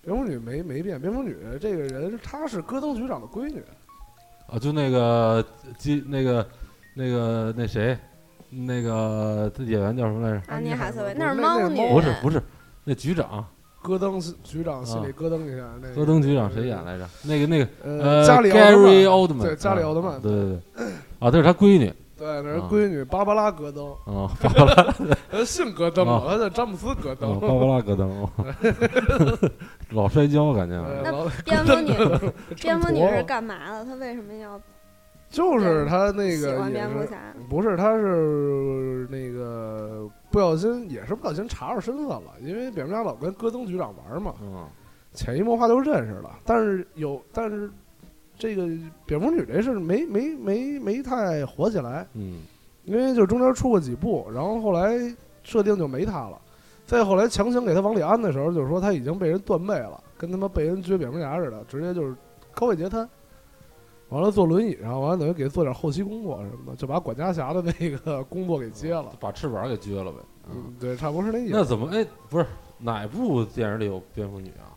S6: 蝙蝠女没没变，蝙蝠女这个人她是戈登局长的闺女，
S5: 啊，就那个基那个那个那谁，那个这演员叫什么
S6: 啊
S5: 来着？
S7: 安妮海瑟薇
S6: 那
S7: 那是
S6: 那
S7: 猫
S6: 是
S7: 女，
S6: 猫
S5: 不是不是，那局长，
S6: 戈登局长心里
S5: 啊
S6: 咯噔一下。那个
S5: 戈登局长谁演？来着？那个那个
S6: 呃，
S5: 呃，
S6: 加里奥特曼
S5: Gary Oldman，
S6: 对，加里奥特曼
S5: 啊，对对对，啊，这是他闺女
S6: 对，那是
S5: 啊
S6: 闺女芭芭拉·戈登，
S5: 啊，芭 芭拉，
S6: 她姓戈登
S5: 啊
S6: 嘛，她叫詹姆斯·戈
S5: 啊
S6: 登。
S5: 芭芭拉戈登， 哦老摔跤感
S6: 呃
S5: 觉，
S7: 那
S6: 老
S7: 蝙蝠女，
S6: 衬
S7: 蝙蝠女
S6: 托
S7: 是
S6: 嘛
S7: 干嘛的？她为什么要
S6: 就是她那
S7: 喜
S6: 个
S7: 欢
S6: 也
S7: 蝙蝠
S6: 是，
S7: 侠？
S6: 不是她是那个不小心也是不小心查着身份了，因为蝙蝠侠老跟戈登局长玩嘛，
S5: 嗯，
S6: 潜移默化就认识了。但是有，但是这个蝙蝠女这事儿没没没没太火起来，
S5: 嗯
S6: 因为就中间出过几部，然后后来设定就没她了。再后来强行给她往里安的时候，就是说她已经被人断背了，跟他妈被人撅蝙蝠侠似的，直接就是高位截瘫。完了坐轮椅上，完了等于给她做点后期工作什么的，就把管家侠的那个 工作给接了。
S5: 把翅膀给撅了呗。嗯
S6: 嗯，对，差不多是那意思。
S5: 那怎么哎，不是哪部电影里有蝙蝠女啊？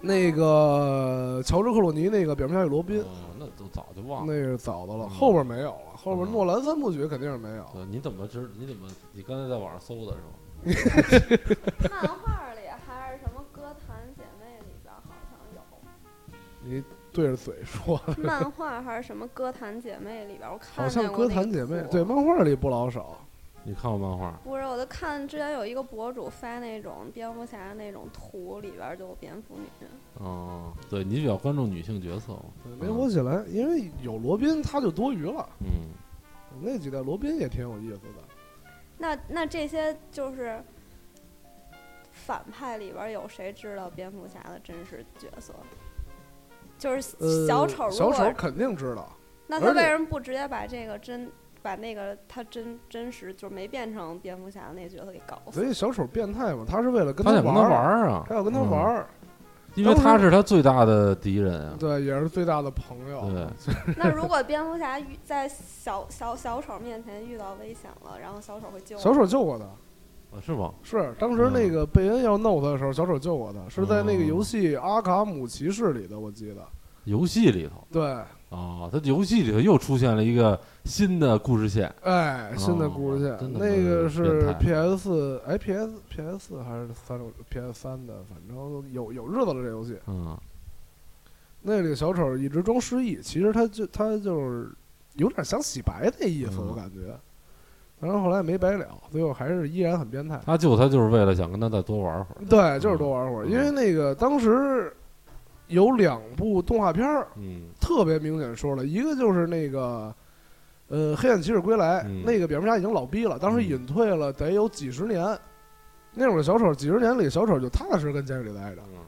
S6: 那个乔治克鲁尼那个蝙蝠侠与罗宾，
S5: 哦那都早就忘了。
S6: 那是早的了，
S5: 嗯
S6: 后边没有了。后边
S5: 嗯
S6: 诺兰三部曲肯定是没有。
S5: 对，你怎么知？你怎么？你刚才在网上搜的是吗？
S7: 漫画里还是什么歌坛姐妹里边好像 有，
S6: 你对着嘴说，
S7: 漫画还是什么歌坛姐妹里边，我看
S6: 好像
S7: 见过
S6: 歌
S7: 那
S6: 坛姐
S7: 个
S6: 妹
S7: 图
S6: 对漫画里不老少。
S5: 你看过漫画？
S7: 不是，我就看之前有一个博主发那种蝙蝠侠那种图，里边就有蝙蝠女。
S5: 哦，对你比较关注女性角色嘛？
S6: 没火起来，因为有罗宾他就多余了。
S5: 嗯，
S6: 那几代罗宾也挺有意思的。
S7: 那那这些就是反派里边有谁知道蝙蝠侠的真实角色？就是
S6: 呃，
S7: 小丑，如
S6: 小
S7: 果、
S6: 丑肯定知道，
S7: 那他
S6: 而且
S7: 为什么不直接把这个真把那个他真真实就没变成蝙蝠侠的那角色给搞
S6: 所
S7: 死？
S6: 以小丑变态嘛，他是为了跟
S5: 他想跟
S6: 玩
S5: 他玩
S6: 儿，
S5: 儿啊，
S6: 他要跟他玩儿，
S5: 因为他是他最大的敌人啊。
S6: 对，也是最大的朋友。
S5: 对，
S7: 那如果蝙蝠侠遇在小小小丑面前遇到危险了，然后小丑会救
S6: 小丑救过他，
S5: 啊是吗？
S6: 是当时那个贝恩要弄他的时候，小丑救过他，是在
S5: 嗯
S6: 那个游戏《阿卡姆骑士》里的，我记得。
S5: 游戏里头
S6: 对，
S5: 啊，他游戏里头又出现了一个新的故事线。
S6: 哎，新的故事
S5: 哦真
S6: 线，
S5: 的
S6: 那个是
S5: 变态
S6: PS 哎 PS PS 还是三六 PS 三的，反正有有日子了这游戏。
S5: 嗯，
S6: 那里小丑一直装失忆，其实他就他就是有点想洗白那意思，
S5: 嗯
S6: 我感觉。反正后来也没白了，最后还是依然很变态。
S5: 他救他就是为了想跟他再多玩会儿。
S6: 对，就是多玩会儿，因为那个当时有两部动画片儿
S5: 嗯
S6: 特别明显说了，一个就是那个。呃，黑暗骑士归来、
S5: 嗯
S6: 那个蝙蝠侠已经老逼了，当时
S5: 嗯
S6: 隐退了得有几十年。那会儿小丑几十年里，小丑就踏踏实实跟监狱里待着。
S5: 嗯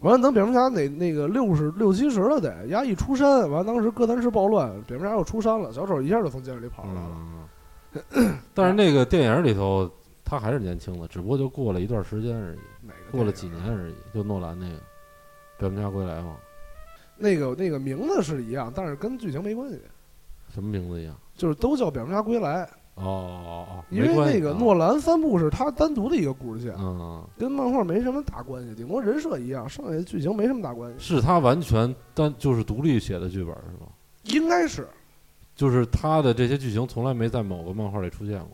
S6: 完了，等蝙蝠侠那那个六十六七十了得，丫一出山，完了当时哥谭市暴乱，蝙蝠侠又出山了，小丑一下就从监狱里跑出来了。
S5: 嗯， 但是那个电影里头他还是年轻的，只不过就过了一段时间而已，
S6: 哪个
S5: 过了
S6: 电影
S5: 几年而已。就诺兰那个《蝙蝠侠归来》嘛，
S6: 那个那个名字是一样，但是跟剧情没关系，
S5: 什么名字一样？
S6: 就是都叫蝙蝠侠归来，
S5: 哦哦哦，
S6: 因为
S5: 没关系
S6: 那个
S5: 啊
S6: 诺兰三部是他单独的一个故事线，
S5: 嗯
S6: 跟漫画没什么大关系，顶多人设一样，剩下的剧情没什么大关系，
S5: 是他完全单就是独立写的剧本是吗？
S6: 应该是。
S5: 就是他的这些剧情从来没在某个漫画里出现过。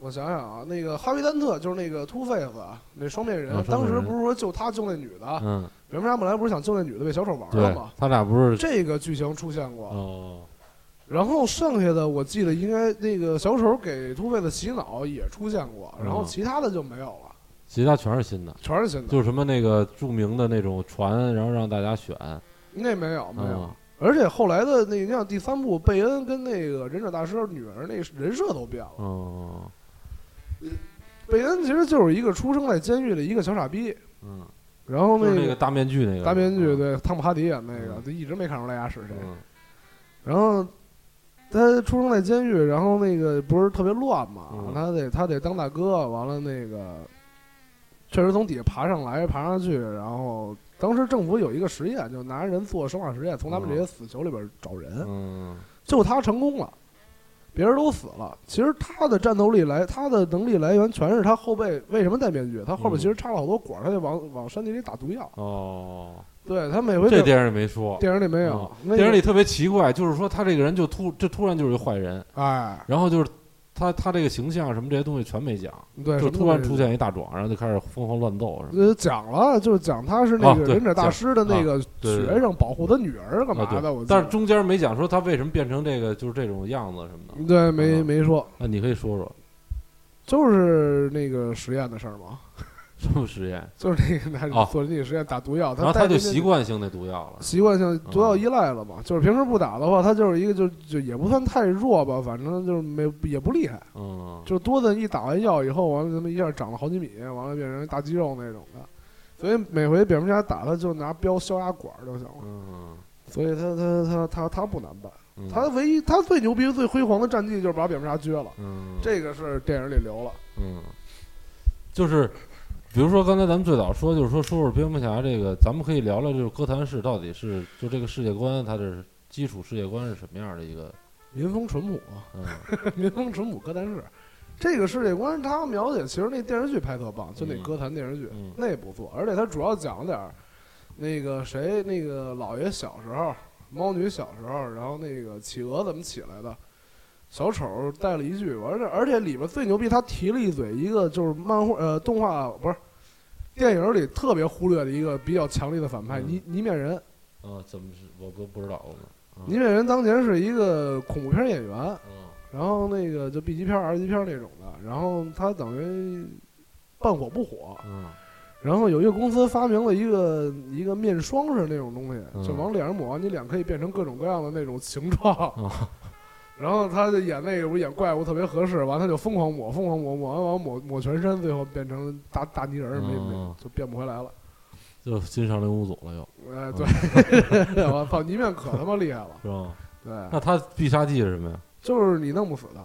S6: 我想想啊，那个哈维·丹特就是那个 Two Face 啊那双面人，
S5: 啊双
S6: 当
S5: 面
S6: 时
S5: 人
S6: 不是说就他救那女的，
S5: 嗯，
S6: 蝙蝠侠本来不啊是想救那女的被小丑玩了
S5: 对
S6: 吗？，
S5: 他俩不是
S6: 这个剧情出现过，
S5: 哦，
S6: 然后剩下的我记得应该那个小丑给 Two Face 洗脑也出现过，然后
S5: 嗯
S6: 其他的就没有了，
S5: 其他全是新的，
S6: 全是新的。
S5: 就是什么那个著名的那种船，然后让大家选。
S6: 那没有没有，
S5: 嗯
S6: 而且后来的那你像第三部贝恩跟那个忍者大师女儿那人设都变了。
S5: 嗯
S6: 贝恩其实就是一个出生在监狱的一个小傻逼，
S5: 嗯，
S6: 然后
S5: 就是
S6: 那
S5: 那个大面具那个
S6: 大编剧
S5: 嗯
S6: 对汤姆哈迪演那个，
S5: 嗯
S6: 就一直没看出来他是谁。
S5: 嗯
S6: 然后他出生在监狱，然后那个不是特别乱嘛，
S5: 嗯
S6: 他得他得当大哥，完了那个确实从底下爬上来爬上去，然后当时政府有一个实验，就拿人做生化实验，从他们这些死囚里边找人，
S5: 嗯
S6: 就他成功了。别人都死了，其实他的战斗力来，他的能力来源全是他后背为什么戴面具？他后边
S5: 嗯
S6: 其实插了好多管儿，他就往往身体里打毒药。
S5: 哦，
S6: 对他每回
S5: 这
S6: 在
S5: 电影里没说。
S6: 电影里没有
S5: 哦，
S6: 啊那个
S5: 电影里特别奇怪，就是说他这个人就突这突然就是一坏人，
S6: 哎，
S5: 然后就是他他这个形象什么这些东西全没讲，
S6: 对，
S5: 就
S6: 什么
S5: 突然
S6: 都没
S5: 出现一大壮，然后就开始疯狂乱揍什么。
S6: 呃，讲了，就是讲他是那
S5: 啊
S6: 个
S5: 对
S6: 忍者大师的那个
S5: 对对对
S6: 学生，保护他女儿干嘛
S5: 啊，
S6: 的？我
S5: 对，
S6: 记
S5: 但是
S6: 得
S5: 中间没讲说他为什么变成这个就是这种样子什么的。
S6: 对没
S5: 嗯
S6: 没说，
S5: 那你可以说说
S6: 就是那个实验的事儿嘛，
S5: 什么实验？
S6: 就是那个拿
S5: 哦
S6: 做那个实验打毒药，
S5: 然后他就
S6: 他带进去
S5: 习惯性那毒药了。
S6: 习惯性毒药依赖了嘛，就是平时不打的话，他就是一个就就也不算太弱吧，反正就是没也不厉害，
S5: 嗯，
S6: 就多的一打完药以后，完了他们一下长了好几米，完了变成大肌肉那种的，所以每回蝙蝠侠打他就拿镖消压管儿就行了，
S5: 嗯，
S6: 所以他他他他他不难办。
S5: 嗯
S6: 他唯一他最牛逼、最辉煌的战绩就是把蝙蝠侠撅了，
S5: 嗯
S6: 这个是电影里留了。
S5: 嗯，就是比如说刚才咱们最早说，就是说说说蝙蝠侠这个，咱们可以聊聊就是哥谭市到底是就这个世界观，它的基础世界观是什么样的一个？
S6: 民风淳朴，
S5: 嗯
S6: 民风淳朴，哥谭市，这个世界观他描写，其实那电视剧拍特棒，就那
S5: 嗯
S6: 歌坛电视剧、
S5: 嗯
S6: 那不错，而且他主要讲点儿那个谁那个老爷小时候，猫女小时候，然后那个企鹅怎么起来的。小丑带了一句，而且而且里边最牛逼，他提了一嘴一个就是漫画呃动画不是电影里特别忽略的一个比较强力的反派
S5: 嗯
S6: 泥泥面人，
S5: 啊，怎么是我不不知道呢？
S6: 倪面人当年是一个恐怖片演员，
S5: 嗯
S6: 然后那个就 B 级片、R 级片那种的，然后他等于半火不火，
S5: 嗯
S6: 然后有一个公司发明了一个一个面霜是那种东
S5: 嗯
S6: 西，就往脸上抹，你脸可以变成各种各样的那种形状。
S5: 哦
S6: 然后他就演那个，不是演怪物特别合适，完他就疯狂抹，疯狂抹，抹完完抹抹全身，最后变成大大泥人儿，没没
S5: 哦
S6: 就变不回来了。
S5: 就新上林武总了又
S6: 哎，对， 我操，泥面可他妈厉害了，
S5: 是吧？
S6: 对，
S5: 那他必杀技是什么呀？
S6: 就是你弄不死他。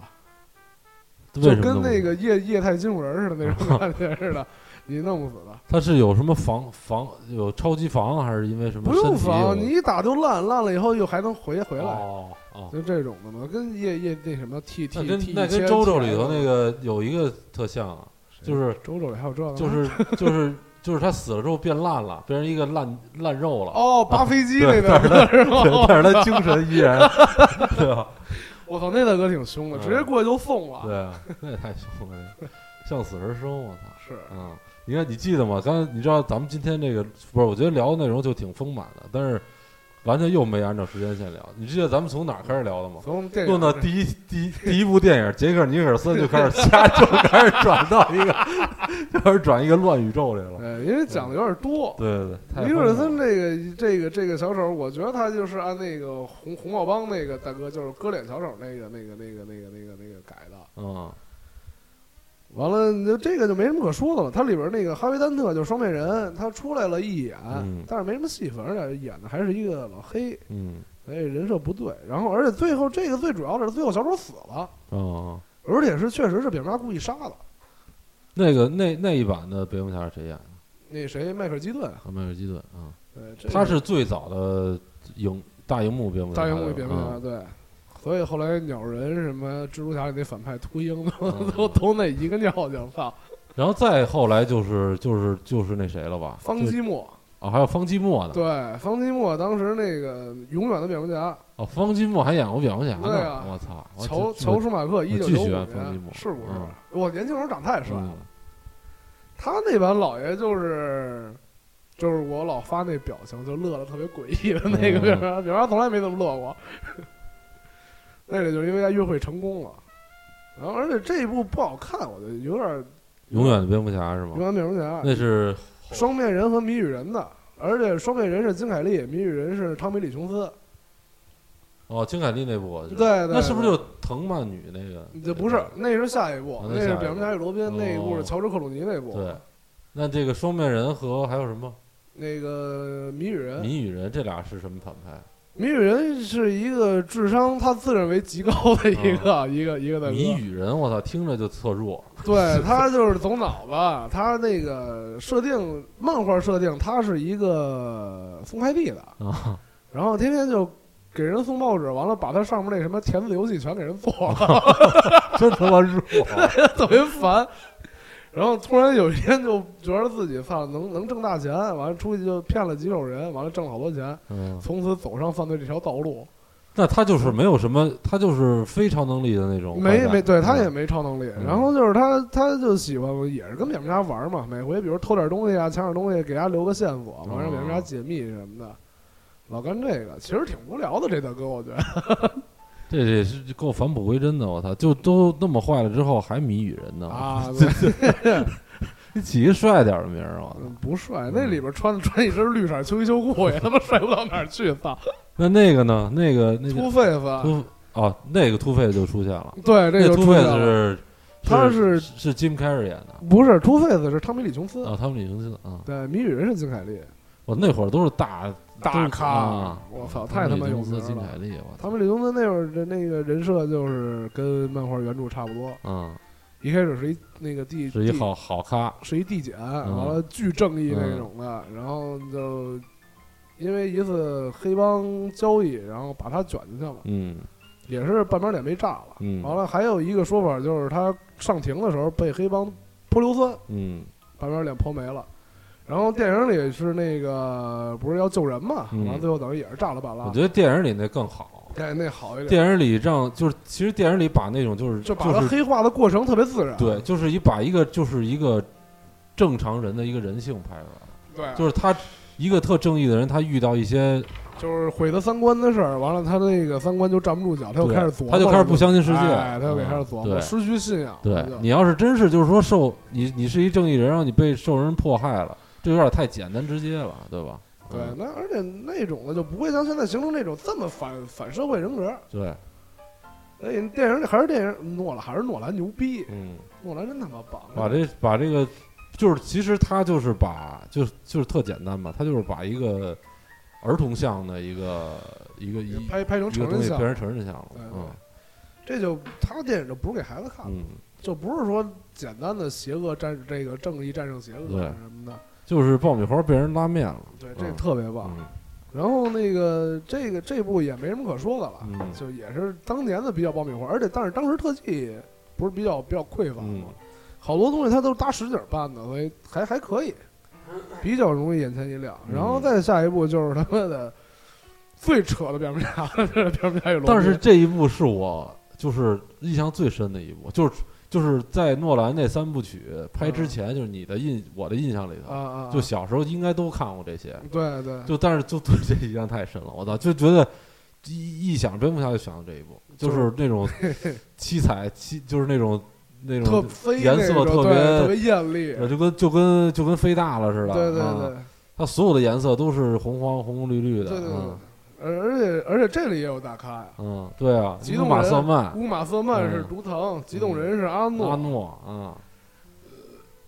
S5: 为
S6: 就
S5: 什么
S6: 跟
S5: 弄不
S6: 那
S5: 死
S6: 个液液态金属人似的那种感觉似的，你弄不死的，
S5: 他是有什么防防有超级防，还是因为什么
S6: 不
S5: 身体
S6: 用
S5: 有
S6: 防，你一打就烂，烂了以后又还能回回来，
S5: 哦哦，
S6: 就这种的嘛，跟液液那什么 T
S5: 那
S6: T
S5: 跟那跟周周里头那个有一个特像啊，就是
S6: 周周里还有这个吗，
S5: 就是就是就是他死了之后变烂了，变成一个烂烂肉了。
S6: 哦，扒飞机那
S5: 对但是
S6: 个是
S5: 对，
S6: 吧？
S5: 但是他精神依然，对吧？
S6: 我操，那大哥挺凶的，
S5: 嗯
S6: 直接过去就送了，
S5: 对啊，那也太凶了，向死而生，我操！
S6: 是
S5: 嗯，你看你记得吗？刚才你知道咱们今天这个不是？我觉得聊的内容就挺丰满的，但是完全又没按照时间线聊。你记得咱们从哪儿开始聊的吗？
S6: 从我们电影
S5: 弄到第一第一第一部电影，杰克尔尼克尔森就开始掐，就开始转到一个， 就开始转一个乱宇宙去了。
S6: 呃，因为讲的有点多。
S5: 对对对，太
S6: 尼克尔
S5: 疯
S6: 森
S5: 了
S6: 这个这个这个小丑，我觉得他就是按那个红红帽帮那个大哥，就是割脸小丑那个那个那个那个那个那个改的。
S5: 嗯，
S6: 完了，你就这个就没什么可说的了。它里边那个哈维·丹特就是双面人，他出来了一眼，
S5: 嗯
S6: 但是没什么戏份，而且演的还是一个老黑，
S5: 嗯，
S6: 所以人设不对。然后，而且最后这个最主要的是，最后小丑死了，
S5: 哦，
S6: 而且是确实是蝙蝠侠故意杀的。
S5: 那个那那一版的蝙蝠侠是谁演的？
S6: 那谁，迈克尔·基顿，
S5: 啊迈克尔基顿啊，
S6: 对，这个
S5: 他是最早的影大荧幕蝙蝠侠
S6: 大
S5: 来的，
S6: 荧幕里蝙蝠侠，
S5: 嗯
S6: 啊对。所以后来鸟人什么蜘蛛侠里那反派秃鹰都、
S5: 嗯
S6: 都都那一个尿性，操！
S5: 然后再后来就是就是就是那谁了吧？
S6: 方
S5: 就
S6: 基莫，
S5: 啊，还有方基莫呢。
S6: 对，方基莫当时那个永远的蝙蝠侠，
S5: 哦，方基莫还演过蝙蝠侠呢。
S6: 对啊
S5: 我操！哦我
S6: 乔
S5: 这
S6: 乔舒马克，一
S5: 巨
S6: 九九五
S5: 喜欢冯提
S6: 年
S5: 莫，
S6: 是不是
S5: 嗯？
S6: 我年轻时候长太帅了
S5: 嗯。
S6: 他那版老爷就是，就是我老发那表情，就乐的特别诡异的那个
S5: 嗯
S6: 蝙蝠侠，蝙蝠侠从来没这么乐过。 那个就是因为他约会成功了，然后而且这一部不好看，我觉得有点儿
S5: 永远的蝙蝠侠是
S6: 永
S5: 吗？
S6: 远蝙蝠侠
S5: 哦那是
S6: 啊双面人和谜语人的，而且双面人是金凯利，谜语人是汤米李琼斯。
S5: 哦，金凯利那部我知道，
S6: 对，对
S5: 那是不是
S6: 对嗯
S5: 就藤蔓女那个？
S6: 这不是，那是下一部
S5: 哦啊，那
S6: 那
S5: 下一
S6: 是
S5: 部哦
S6: 蝙蝠侠与罗宾，那一部是乔治克鲁尼那部，
S5: 对，那这个双面人和还有什么
S6: 那个谜语人，
S5: 谜语人，这俩是什么反派？
S6: 谜语人是一个智商他自认为极高的一个 一个一个大哥，
S5: 哦谜语人，我操，听着就特 弱。
S6: 对他就是走脑吧，他那个设定漫画设定他是一个送快 递的，
S5: 啊，
S6: 然后天天就。给人送报纸，完了把他上面那什么填字游戏全给人做了，
S5: 真他妈弱！
S6: 特别烦。然后突然有一天就觉得自己操能能挣大钱，完了出去就骗了几手人，完了挣了好多钱，
S5: 嗯，
S6: 从此走上犯罪这条道路。
S5: 那他就是没有什么，他就是非超能力的那种坏
S6: 没
S5: 蛋。
S6: 没，对他
S5: 嗯
S6: 也没超能力。
S5: 嗯
S6: 然后就是他他就喜欢也是跟蝙蝠侠玩嘛，每回比如偷点东西啊，抢点东西，给他留个线索，完了让
S5: 哦
S6: 蝙蝠侠解密什么的。老干这个其实挺无聊的，这大哥我觉 得。
S5: 这也是够返璞归真的，我操！就都那么坏了之后还谜语人呢
S6: 啊
S5: 这这你起个帅点儿的名儿啊！
S6: 嗯不帅，那里边穿穿一身绿色秋衣秋裤也他妈帅不到哪儿去，操！
S5: 那那个呢？那个 那
S6: 秃
S5: 个
S6: 狒狒，
S5: 秃哦，那个秃狒就出现了。
S6: 对，这就
S5: 那
S6: 出
S5: 秃
S6: 现
S5: 狒
S6: 了
S5: 是
S6: 他
S5: 是
S6: 是呃
S5: 是 Jim Carrey 演的
S6: 不是秃狒子是汤米·李琼斯，
S5: 啊，他啊们李承信啊，
S6: 对，谜语人是金凯利，
S5: 我那会儿都是大都是啊
S6: 我操，太他妈有
S5: 公司
S6: 名
S5: 金凯
S6: 了。
S5: 利，我操
S6: 汤米·李琼斯那会儿的那个人设就是跟漫画原著差不多，
S5: 啊，
S6: 一开始是一那个地
S5: 是一
S6: 地
S5: 好嗯好咖，
S6: 是一地检，完了巨正义那种的，
S5: 嗯
S6: 然后就因为一次黑帮交易，然后把他卷进去了，
S5: 嗯
S6: 也是半边脸被炸了。
S5: 嗯
S6: 完了还有一个说法就是他上庭的时候被黑帮泼硫酸，
S5: 嗯
S6: 把边脸泼没了。然后电影里是那个不是要救人嘛，
S5: 嗯
S6: 完了最后等于也是炸了半拉
S5: 我，觉得电影里那更好。
S6: 那那好一点，
S5: 电影里让就是，其实电影里把那种就是
S6: 就把
S5: 是
S6: 它黑化的过程特别自然。
S5: 对，就是一把一个就是一个正常人的一个人性拍出来，
S6: 对，
S5: 就是他一个特正义的人，他遇到一些
S6: 就是毁他三观的事儿，完了他那个三观就站不住脚，他就
S5: 对
S6: 开始琢磨
S5: 他
S6: 了，
S5: 就开始不相信世界
S6: 哎他就开始琢
S5: 嗯
S6: 磨，
S5: 对
S6: 失去信仰。
S5: 对
S6: 他就
S5: 你要是真是就是说受你你是一正义人，然后你被受人迫害了，这有点太简单直接了，对吧？
S6: 对
S5: 嗯，
S6: 那而且那种的就不会像现在形成那种这么反反社会人格。
S5: 对，
S6: 所以电影里还是电影诺兰，还是诺兰牛逼，
S5: 嗯，
S6: 诺兰真他妈棒。
S5: 把这把这个就是其实他就是把就是就是特简单嘛，他就是把一个儿童像的一个一个一
S6: 拍拍成
S5: 一个
S6: 成
S5: 东
S6: 人
S5: 西
S6: 像
S5: 变，成成人像了，
S6: 对对
S5: 嗯
S6: 这就他电影就不是给孩子看的。
S5: 嗯。
S6: 就不是说简单的邪恶战这个正义战胜邪恶
S5: 对
S6: 什么的，
S5: 就是爆米花被人拉面了，
S6: 对，这
S5: 嗯
S6: 特别棒。
S5: 嗯
S6: 然后那个这个这部也没什么可说的了，
S5: 嗯
S6: 就也是当年的比较爆米花，而且但是当时特技不是比较比较匮乏嘛，
S5: 嗯
S6: 好多东西它都是搭实景办的，所以还还可以，比较容易眼前一亮。
S5: 嗯
S6: 然后再下一步就是他妈的最扯的蝙蝠 侠，就是蝙蝠侠与罗宾
S5: 但是这一部是我就是印象最深的一部，就是就是在诺兰那三部曲拍之前，就是你的印我的印象里
S6: 嗯啊
S5: 头，
S6: 啊，
S5: 就小时候应该都看过这些，
S6: 对对，
S5: 就但是就对这一象太深了，我操，就觉得一一想蝙蝠侠就想到这一部，就
S6: 就是
S5: 是那 种七彩七，就是那种那
S6: 特
S5: 种
S6: 飞
S5: 颜色
S6: 那种
S5: 特
S6: 对
S5: 别
S6: 特别艳丽，
S5: 呃，就跟就跟就跟飞大了似的，
S6: 对对
S5: 啊
S6: 对。
S5: 它所有的颜色都是红黄红红绿绿的，
S6: 对对对
S5: 嗯
S6: 而而且而且这里也有大咖呀，
S5: 嗯，对啊，
S6: 激
S5: 乌
S6: 动
S5: 马
S6: 人
S5: 瑟曼、
S6: 乌马瑟曼是
S5: 嗯
S6: 毒藤，激动人是阿
S5: 阿
S6: 诺，
S5: 诺啊，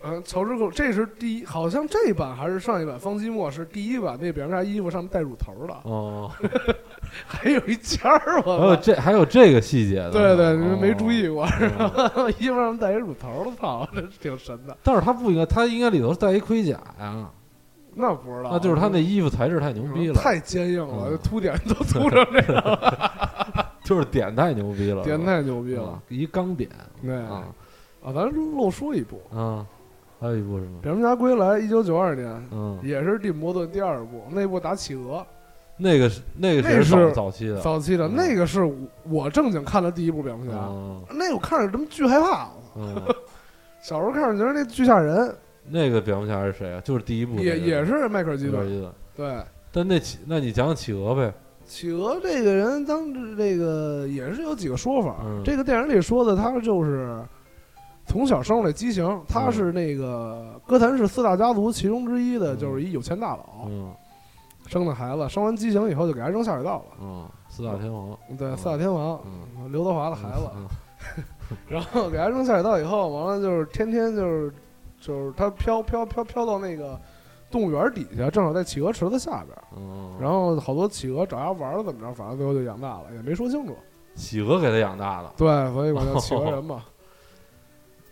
S6: 嗯，乔治克鲁这是第一，好像这版还是上一版方基墨是第一版那蝙蝠侠衣服上面带乳头的，
S5: 哦，
S6: 还有一尖儿，
S5: 还有
S6: 我操
S5: 这还有这个细节呢，
S6: 对对，你
S5: 哦
S6: 们没注意过，
S5: 嗯
S6: 衣服上面带一乳头的，操，这挺神的。
S5: 但是他不应该，他应该里头带一盔甲
S6: 啊
S5: 呀，
S6: 那不知道，嗯
S5: 那就是他那衣服材质太牛逼了，
S6: 太坚硬了，
S5: 嗯
S6: 这凸点都凸成这 样，
S5: 就是点太牛逼了，
S6: 点太牛逼
S5: 是
S6: 了
S5: 吧。，嗯一钢点
S6: 对
S5: 啊
S6: 啊，咱漏说一部，
S5: 啊，还有一部什么？
S6: 《蝙蝠侠归来》一九九二年，
S5: 嗯，
S6: 也是蒂姆·伯顿第二部，那部打企鹅，
S5: 那个是那个
S6: 那
S5: 是早
S6: 是
S5: 早期的，
S6: 早期的
S5: 嗯
S6: 那个是我正经看的啊第一部蝙蝠侠，
S5: 嗯
S6: 那我看着他妈巨害怕，我操
S5: 嗯，
S6: 小时候看着觉得那巨吓人，那
S5: 那个蝙蝠侠是谁啊？就是第一部
S6: 也也是迈克尔·基
S5: 基
S6: 顿，
S5: 顿，
S6: 对。
S5: 但那企那你讲讲企鹅呗，
S6: 企鹅这个人，当时这个也是有几个说法。
S5: 嗯
S6: 这个电影里说的，他就是从小生出来畸形，
S5: 嗯
S6: 他是那个哥谭市四大家族其中之一的，
S5: 嗯
S6: 就是一有钱大佬
S5: 嗯
S6: 生的孩子，生完畸形以后就给他扔下水道了。
S5: 嗯，四大天王，
S6: 对，
S5: 嗯
S6: 四大天王，
S5: 嗯，
S6: 刘德华的孩子，
S5: 嗯
S6: 然后给他扔下水道以后，完了就是天天就是就是他飘飘飘飘到那个动物园底下，正好在企鹅池子下边儿，
S5: 嗯，
S6: 然后好多企鹅找他玩儿了怎么着，反正最后就养大了，也没说清楚。
S5: 企鹅给他养大的，
S6: 对，所以管叫企鹅人嘛。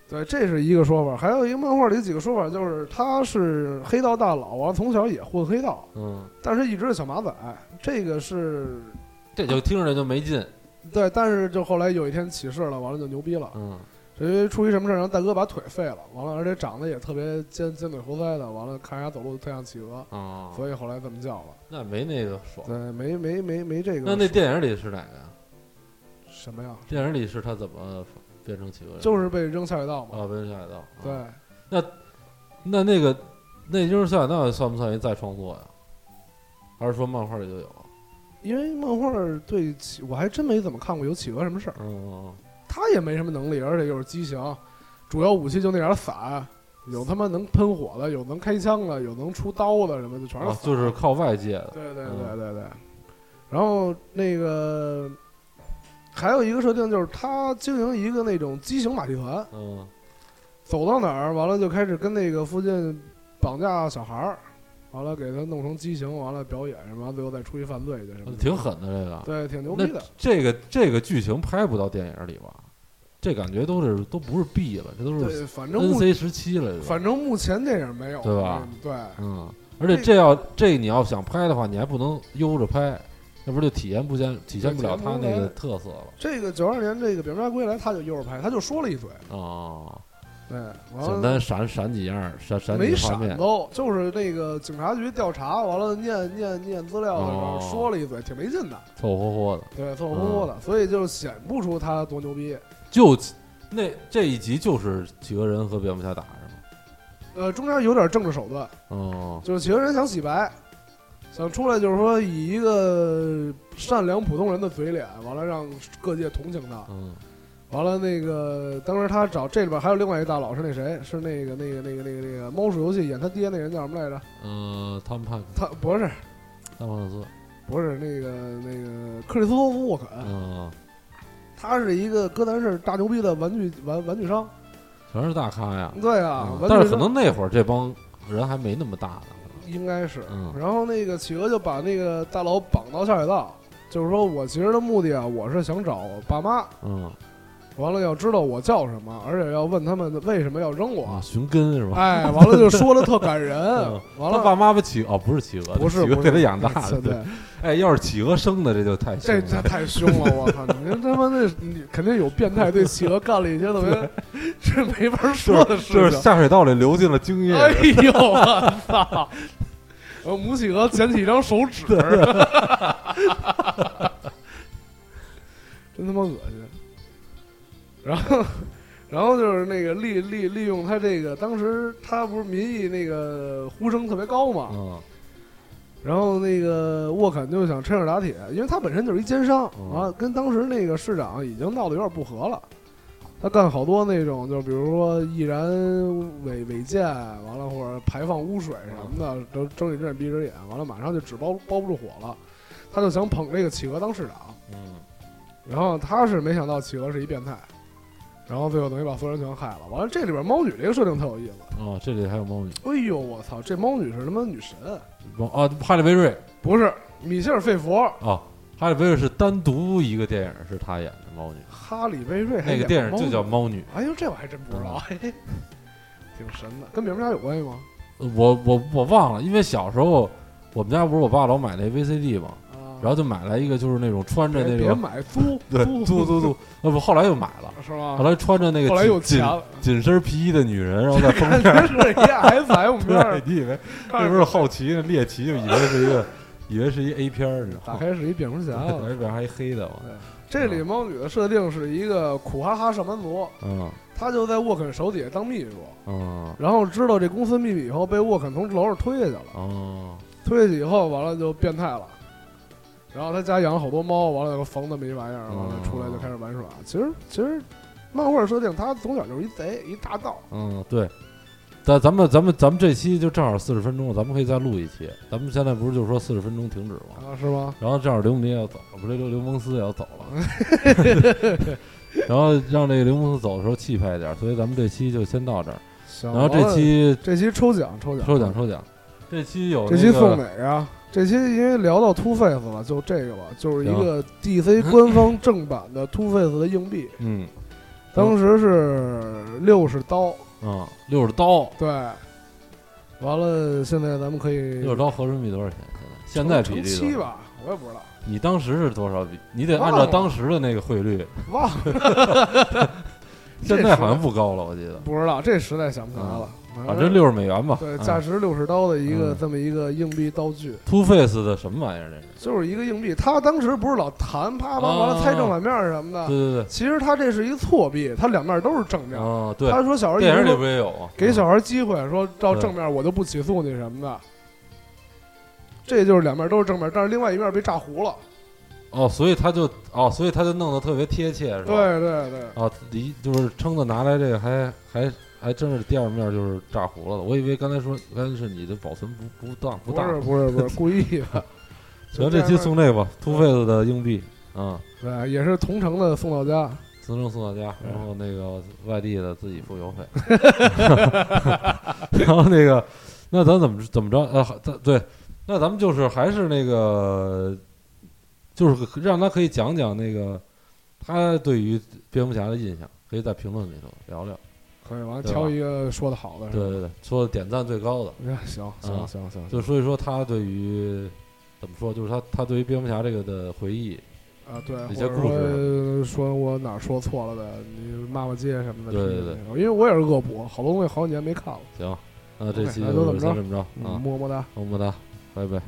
S6: 对，这是一个说法，还有一个漫画里几个说法，就是他是黑道大佬啊，从小也混黑道，
S5: 嗯，
S6: 但是一直是小马仔。这个是
S5: 这就听着就没劲，
S6: 对，但是就后来有一天起事了，完了就牛逼了，
S5: 嗯
S6: 因为出于什么事儿，然后大哥把腿废了，完了而且长得也特别尖尖嘴猴腮的，完了看人家走路特像企鹅，
S5: 啊，
S6: 所以后来这么叫了。
S5: 那没那个爽。
S6: 对，没没没没这个。
S5: 那那电影里是哪个呀？
S6: 什么呀？
S5: 电影里是他怎么变成企鹅人？
S6: 就是被扔下水道嘛。
S5: 啊，被人下海盗。啊
S6: 对，
S5: 那那个那就是下海盗算不算一再创作呀？还是说漫画里就有？啊
S6: 因为漫画儿对企，我还真没怎么看过有企鹅什么事儿。
S5: 嗯，
S6: 他也没什么能力，而且又是畸形，主要武器就那点儿伞，有他妈能喷火的，有能开枪的，有能出刀的，什么的全
S5: 嗯
S6: 是
S5: 嗯啊
S6: 伞、，
S5: 就是靠外界的。
S6: 对对
S5: 嗯
S6: 对对对。然后那个还有一个设定就是他经营一个那种畸形马戏团，
S5: 嗯
S6: 走到哪儿完了就开始跟那个附近绑架小孩儿，完了给他弄成畸形，完了表演什么，最后再出去犯罪去什么的，
S5: 挺狠的这个。
S6: 嗯对，挺牛
S5: 那
S6: 逼的。
S5: 这个这个剧情拍不到电影里吧？这感觉都是都不是 B 了，这都是
S6: 对，反正目
S5: NC 十七了，
S6: 反正目前电影没有，
S5: 对吧？
S6: 对。
S5: 嗯，而且这要这你要想拍的话，你还不能悠着拍，那不就体验不见体现不了他那个特色了
S6: 这个九二年这个《蝙蝠侠归来》，他就悠着拍，他就说了一嘴，
S5: 哦，
S6: 对，
S5: 简
S6: 完了
S5: 单闪闪几样，闪闪几
S6: 啊没
S5: 个画
S6: 闪
S5: 面，
S6: 都，就是那个警察局调查完了念念念资料的时候
S5: 哦嗯
S6: 说了一嘴，挺没劲的，
S5: 凑合合的。
S6: 对，凑合乎的，所以就显不出他多牛逼。
S5: 就那这一集就是企鹅人和蝙蝠侠打是吗？
S6: 呃，中间有点政治手段，
S5: 哦，
S6: 就是企鹅人想洗白，想出来就是说以一个善良普通人的嘴脸，完了让各界同情他，
S5: 嗯
S6: 完了，那个当时他找这里边还有另外一个大佬是那谁？是那个那个那个那个那个猫鼠游戏演他爹那人叫什么来着？
S5: 呃，汤姆汉克
S6: 他不是
S5: 汤姆汉克
S6: 啊
S5: 斯，
S6: 不是那个那个克里斯托夫沃肯，
S5: 嗯，
S6: 他是一个哥谭市大牛逼的玩具玩玩具商。
S5: 全是大咖呀。
S6: 对啊，
S5: 嗯
S6: 玩
S5: 但
S6: 具商
S5: 是可能那会儿这帮人还没那么大呢。
S6: 应该是。
S5: 嗯
S6: 然后那个企鹅就把那个大佬绑到下水道，就是说我其实的目的啊，我是想找我爸妈，
S5: 嗯
S6: 完了要知道我叫什么，而且要问他们为什么要扔我
S5: 啊，。寻根是吧？
S6: 哎， 嗯完了就说的特感 人，完
S5: 他
S6: 了
S5: 爸妈不企哦，不是企鹅，
S6: 不是
S5: 企鹅
S6: 不
S5: 给
S6: 是
S5: 他养大的。
S6: 对
S5: 对，，哎，要是企鹅生的，这就太
S6: 这
S5: 凶
S6: 这
S5: 了
S6: 太凶了，我操！你 这他妈的，你肯定有变态对企鹅干了一些特别是没法说的
S5: 就是就
S6: 事
S5: 是
S6: 情。
S5: 下水道里流进了精液。
S6: 哎呦，我操！呃，母企鹅捡起一张手指， 真他妈恶心。然后，然后就是那个利利利用他这个，当时他不是民意那个呼声特别高嘛，
S5: 嗯
S6: 然后那个沃肯就想趁热打铁，因为他本身就是一奸商
S5: 嗯
S6: 啊，跟当时那个市长已经闹得有点不和了。他干好多那种，就比如说易燃违违建，完了或者排放污水什么的，都睁一只眼闭一只眼，完了马上就纸包包不住火了。他就想捧这个企鹅当市长，
S5: 嗯
S6: 然后他是没想到企鹅是一变态，然后最后等于把所有人全害了。完了，这里边猫女这个设定特有意思。
S5: 哦，这里还有猫女，
S6: 哎呦，我操，这猫女是他妈女神，
S5: 猫啊，哈利·贝瑞
S6: 不是米歇尔·费佛，
S5: 哦，哈利·贝瑞是单独一个电影是他演的猫女，
S6: 哈里·贝瑞还
S5: 那个
S6: 演
S5: 电影
S6: 猫
S5: 就
S6: 女
S5: 叫《嗯猫女》。
S6: 哎呦，这我还真不知道，嘿嘿，挺神的，跟名家有啊关系吗？
S5: 我我我忘了，因为小时候我们家不是我爸老买那 VCD 嘛，
S6: 啊，
S5: 然后就买来一个就是那种穿着
S6: 别
S5: 那
S6: 哎别
S5: 种
S6: 买租
S5: 对
S6: 租
S5: 租租租，呃不，后来又买了，
S6: 是吧？
S5: 后来穿着那个
S6: 后来
S5: 紧
S6: 有钱
S5: 紧
S6: 了，
S5: 紧身皮衣的女人，然后在封 面
S6: 真是一 SM 片
S5: 对
S6: 儿，，
S5: 你以为
S6: 看
S5: 那
S6: 着
S5: 不 是好奇猎奇，就以为是一个以为是一 A 片儿，你知道
S6: 打哦
S5: 吗？
S6: 开是一蝙蝠侠
S5: 然后
S6: 了。
S5: 里边还一黑的嘛，
S6: 这里猫女的设定是一个苦哈哈上班族，
S5: 嗯
S6: 她就在沃肯手底下当秘书，
S5: 嗯
S6: 然后知道这公司秘密以后，被沃肯从楼上推下去了。
S5: 哦，
S6: 推下去以后，完了就变态了。然后他家养了好多猫，完了有个缝那么一玩意儿，完了出来就开始玩耍。其实其实，漫画设定他从小就是一贼，一大盗。
S5: 嗯对。但咱们咱们咱们这期就正好四十分钟了，咱们可以再录一期。咱们现在不是就说四十分钟停止吗？
S6: 啊，是吗？
S5: 然后正好刘梦蝶要走了，不是刘刘梦思也要走了， 然后让这个刘梦思走的时候气派一点，所以咱们这期就先到这儿。
S6: 行。
S5: 然后这期
S6: 这期抽奖抽奖啊
S5: 抽奖，抽奖，这期有
S6: 这
S5: 那
S6: 期
S5: 个
S6: 送哪个呀？这期因为聊到 Two Face 了，就这个吧，就是一
S5: 行
S6: 个 DC 官方正版的 Two Face 的硬币，
S5: 嗯
S6: 当时是六十刀，
S5: 啊六十刀，
S6: 对。完了，现在咱们可以
S5: 六十刀合人民币多少钱？现在现在比
S6: 乘
S5: 例多少
S6: 七，吧，我也不知道，
S5: 你当时是多少比？你得
S6: 忘
S5: 按
S6: 了
S5: 照当时的那个汇 率，
S6: 忘了。
S5: 现在好像不高了，我记得，
S6: 不知道，这实在想不起来了。
S5: 反正六十美元吧。
S6: 对，
S5: 嗯
S6: 价值六十刀的一个
S5: 嗯
S6: 这么一个硬币道具，
S5: Two Face 的什么玩意儿？这是？
S6: 就是一个硬币。他当时不是老弹啪啪
S5: 啊
S6: 完了猜正反面什么的，
S5: 对对
S6: 其实他这是一错币，他两面都是正
S5: 对，
S6: 面。
S5: 啊对，
S6: 他说小孩一
S5: 电影
S6: 直
S5: 里
S6: 说
S5: 不也有啊？
S6: 给小
S5: 嗯
S6: 孩机会，说到
S5: 对
S6: 正面我就不起诉你什么的。这就是两面都是正面，但是另外一面被炸糊了。
S5: 哦，所以他就哦，所以他就弄得特别贴切，是吧？
S6: 对对对，
S5: 啊，离就是撑的拿来这个还还还真是第二面就是炸糊了的。我以为刚才说刚才是你的保存不不当不
S6: 不是
S5: 当。
S6: 不是不是故意的。
S5: 行，这期送这个吧，突费子的硬币啊，
S6: 对，也是同城的送到家。
S5: 自证送到家，然后那个外地的自己付邮 费。然后那个，那咱怎么怎么着？呃，好咱对，那咱们就是还是那个，就是让他可以讲讲那个他对于蝙蝠侠的印象，可以在评论里头聊聊。
S6: 可以，完了
S5: 对
S6: 挑
S5: 吧
S6: 一个说的好的。
S5: 对对对，说点赞最高的。
S6: 哎，行行行行，
S5: 就所以说他对于怎么说，就是他他对于蝙蝠侠这个的回忆，
S6: 啊，对，
S5: 一
S6: 或
S5: 些
S6: 者
S5: 故
S6: 说说我哪儿说错了的，你骂骂街什么的。
S5: 对对
S6: 批评批评因为我也是恶补，好多东西好几年没看了。
S5: 行，那这
S6: OK，
S5: 期
S6: 那
S5: 就
S6: 就这么
S5: 先
S6: 着
S5: 这么着
S6: 嗯
S5: 啊，
S6: 么么哒。
S5: 么么哒，拜拜。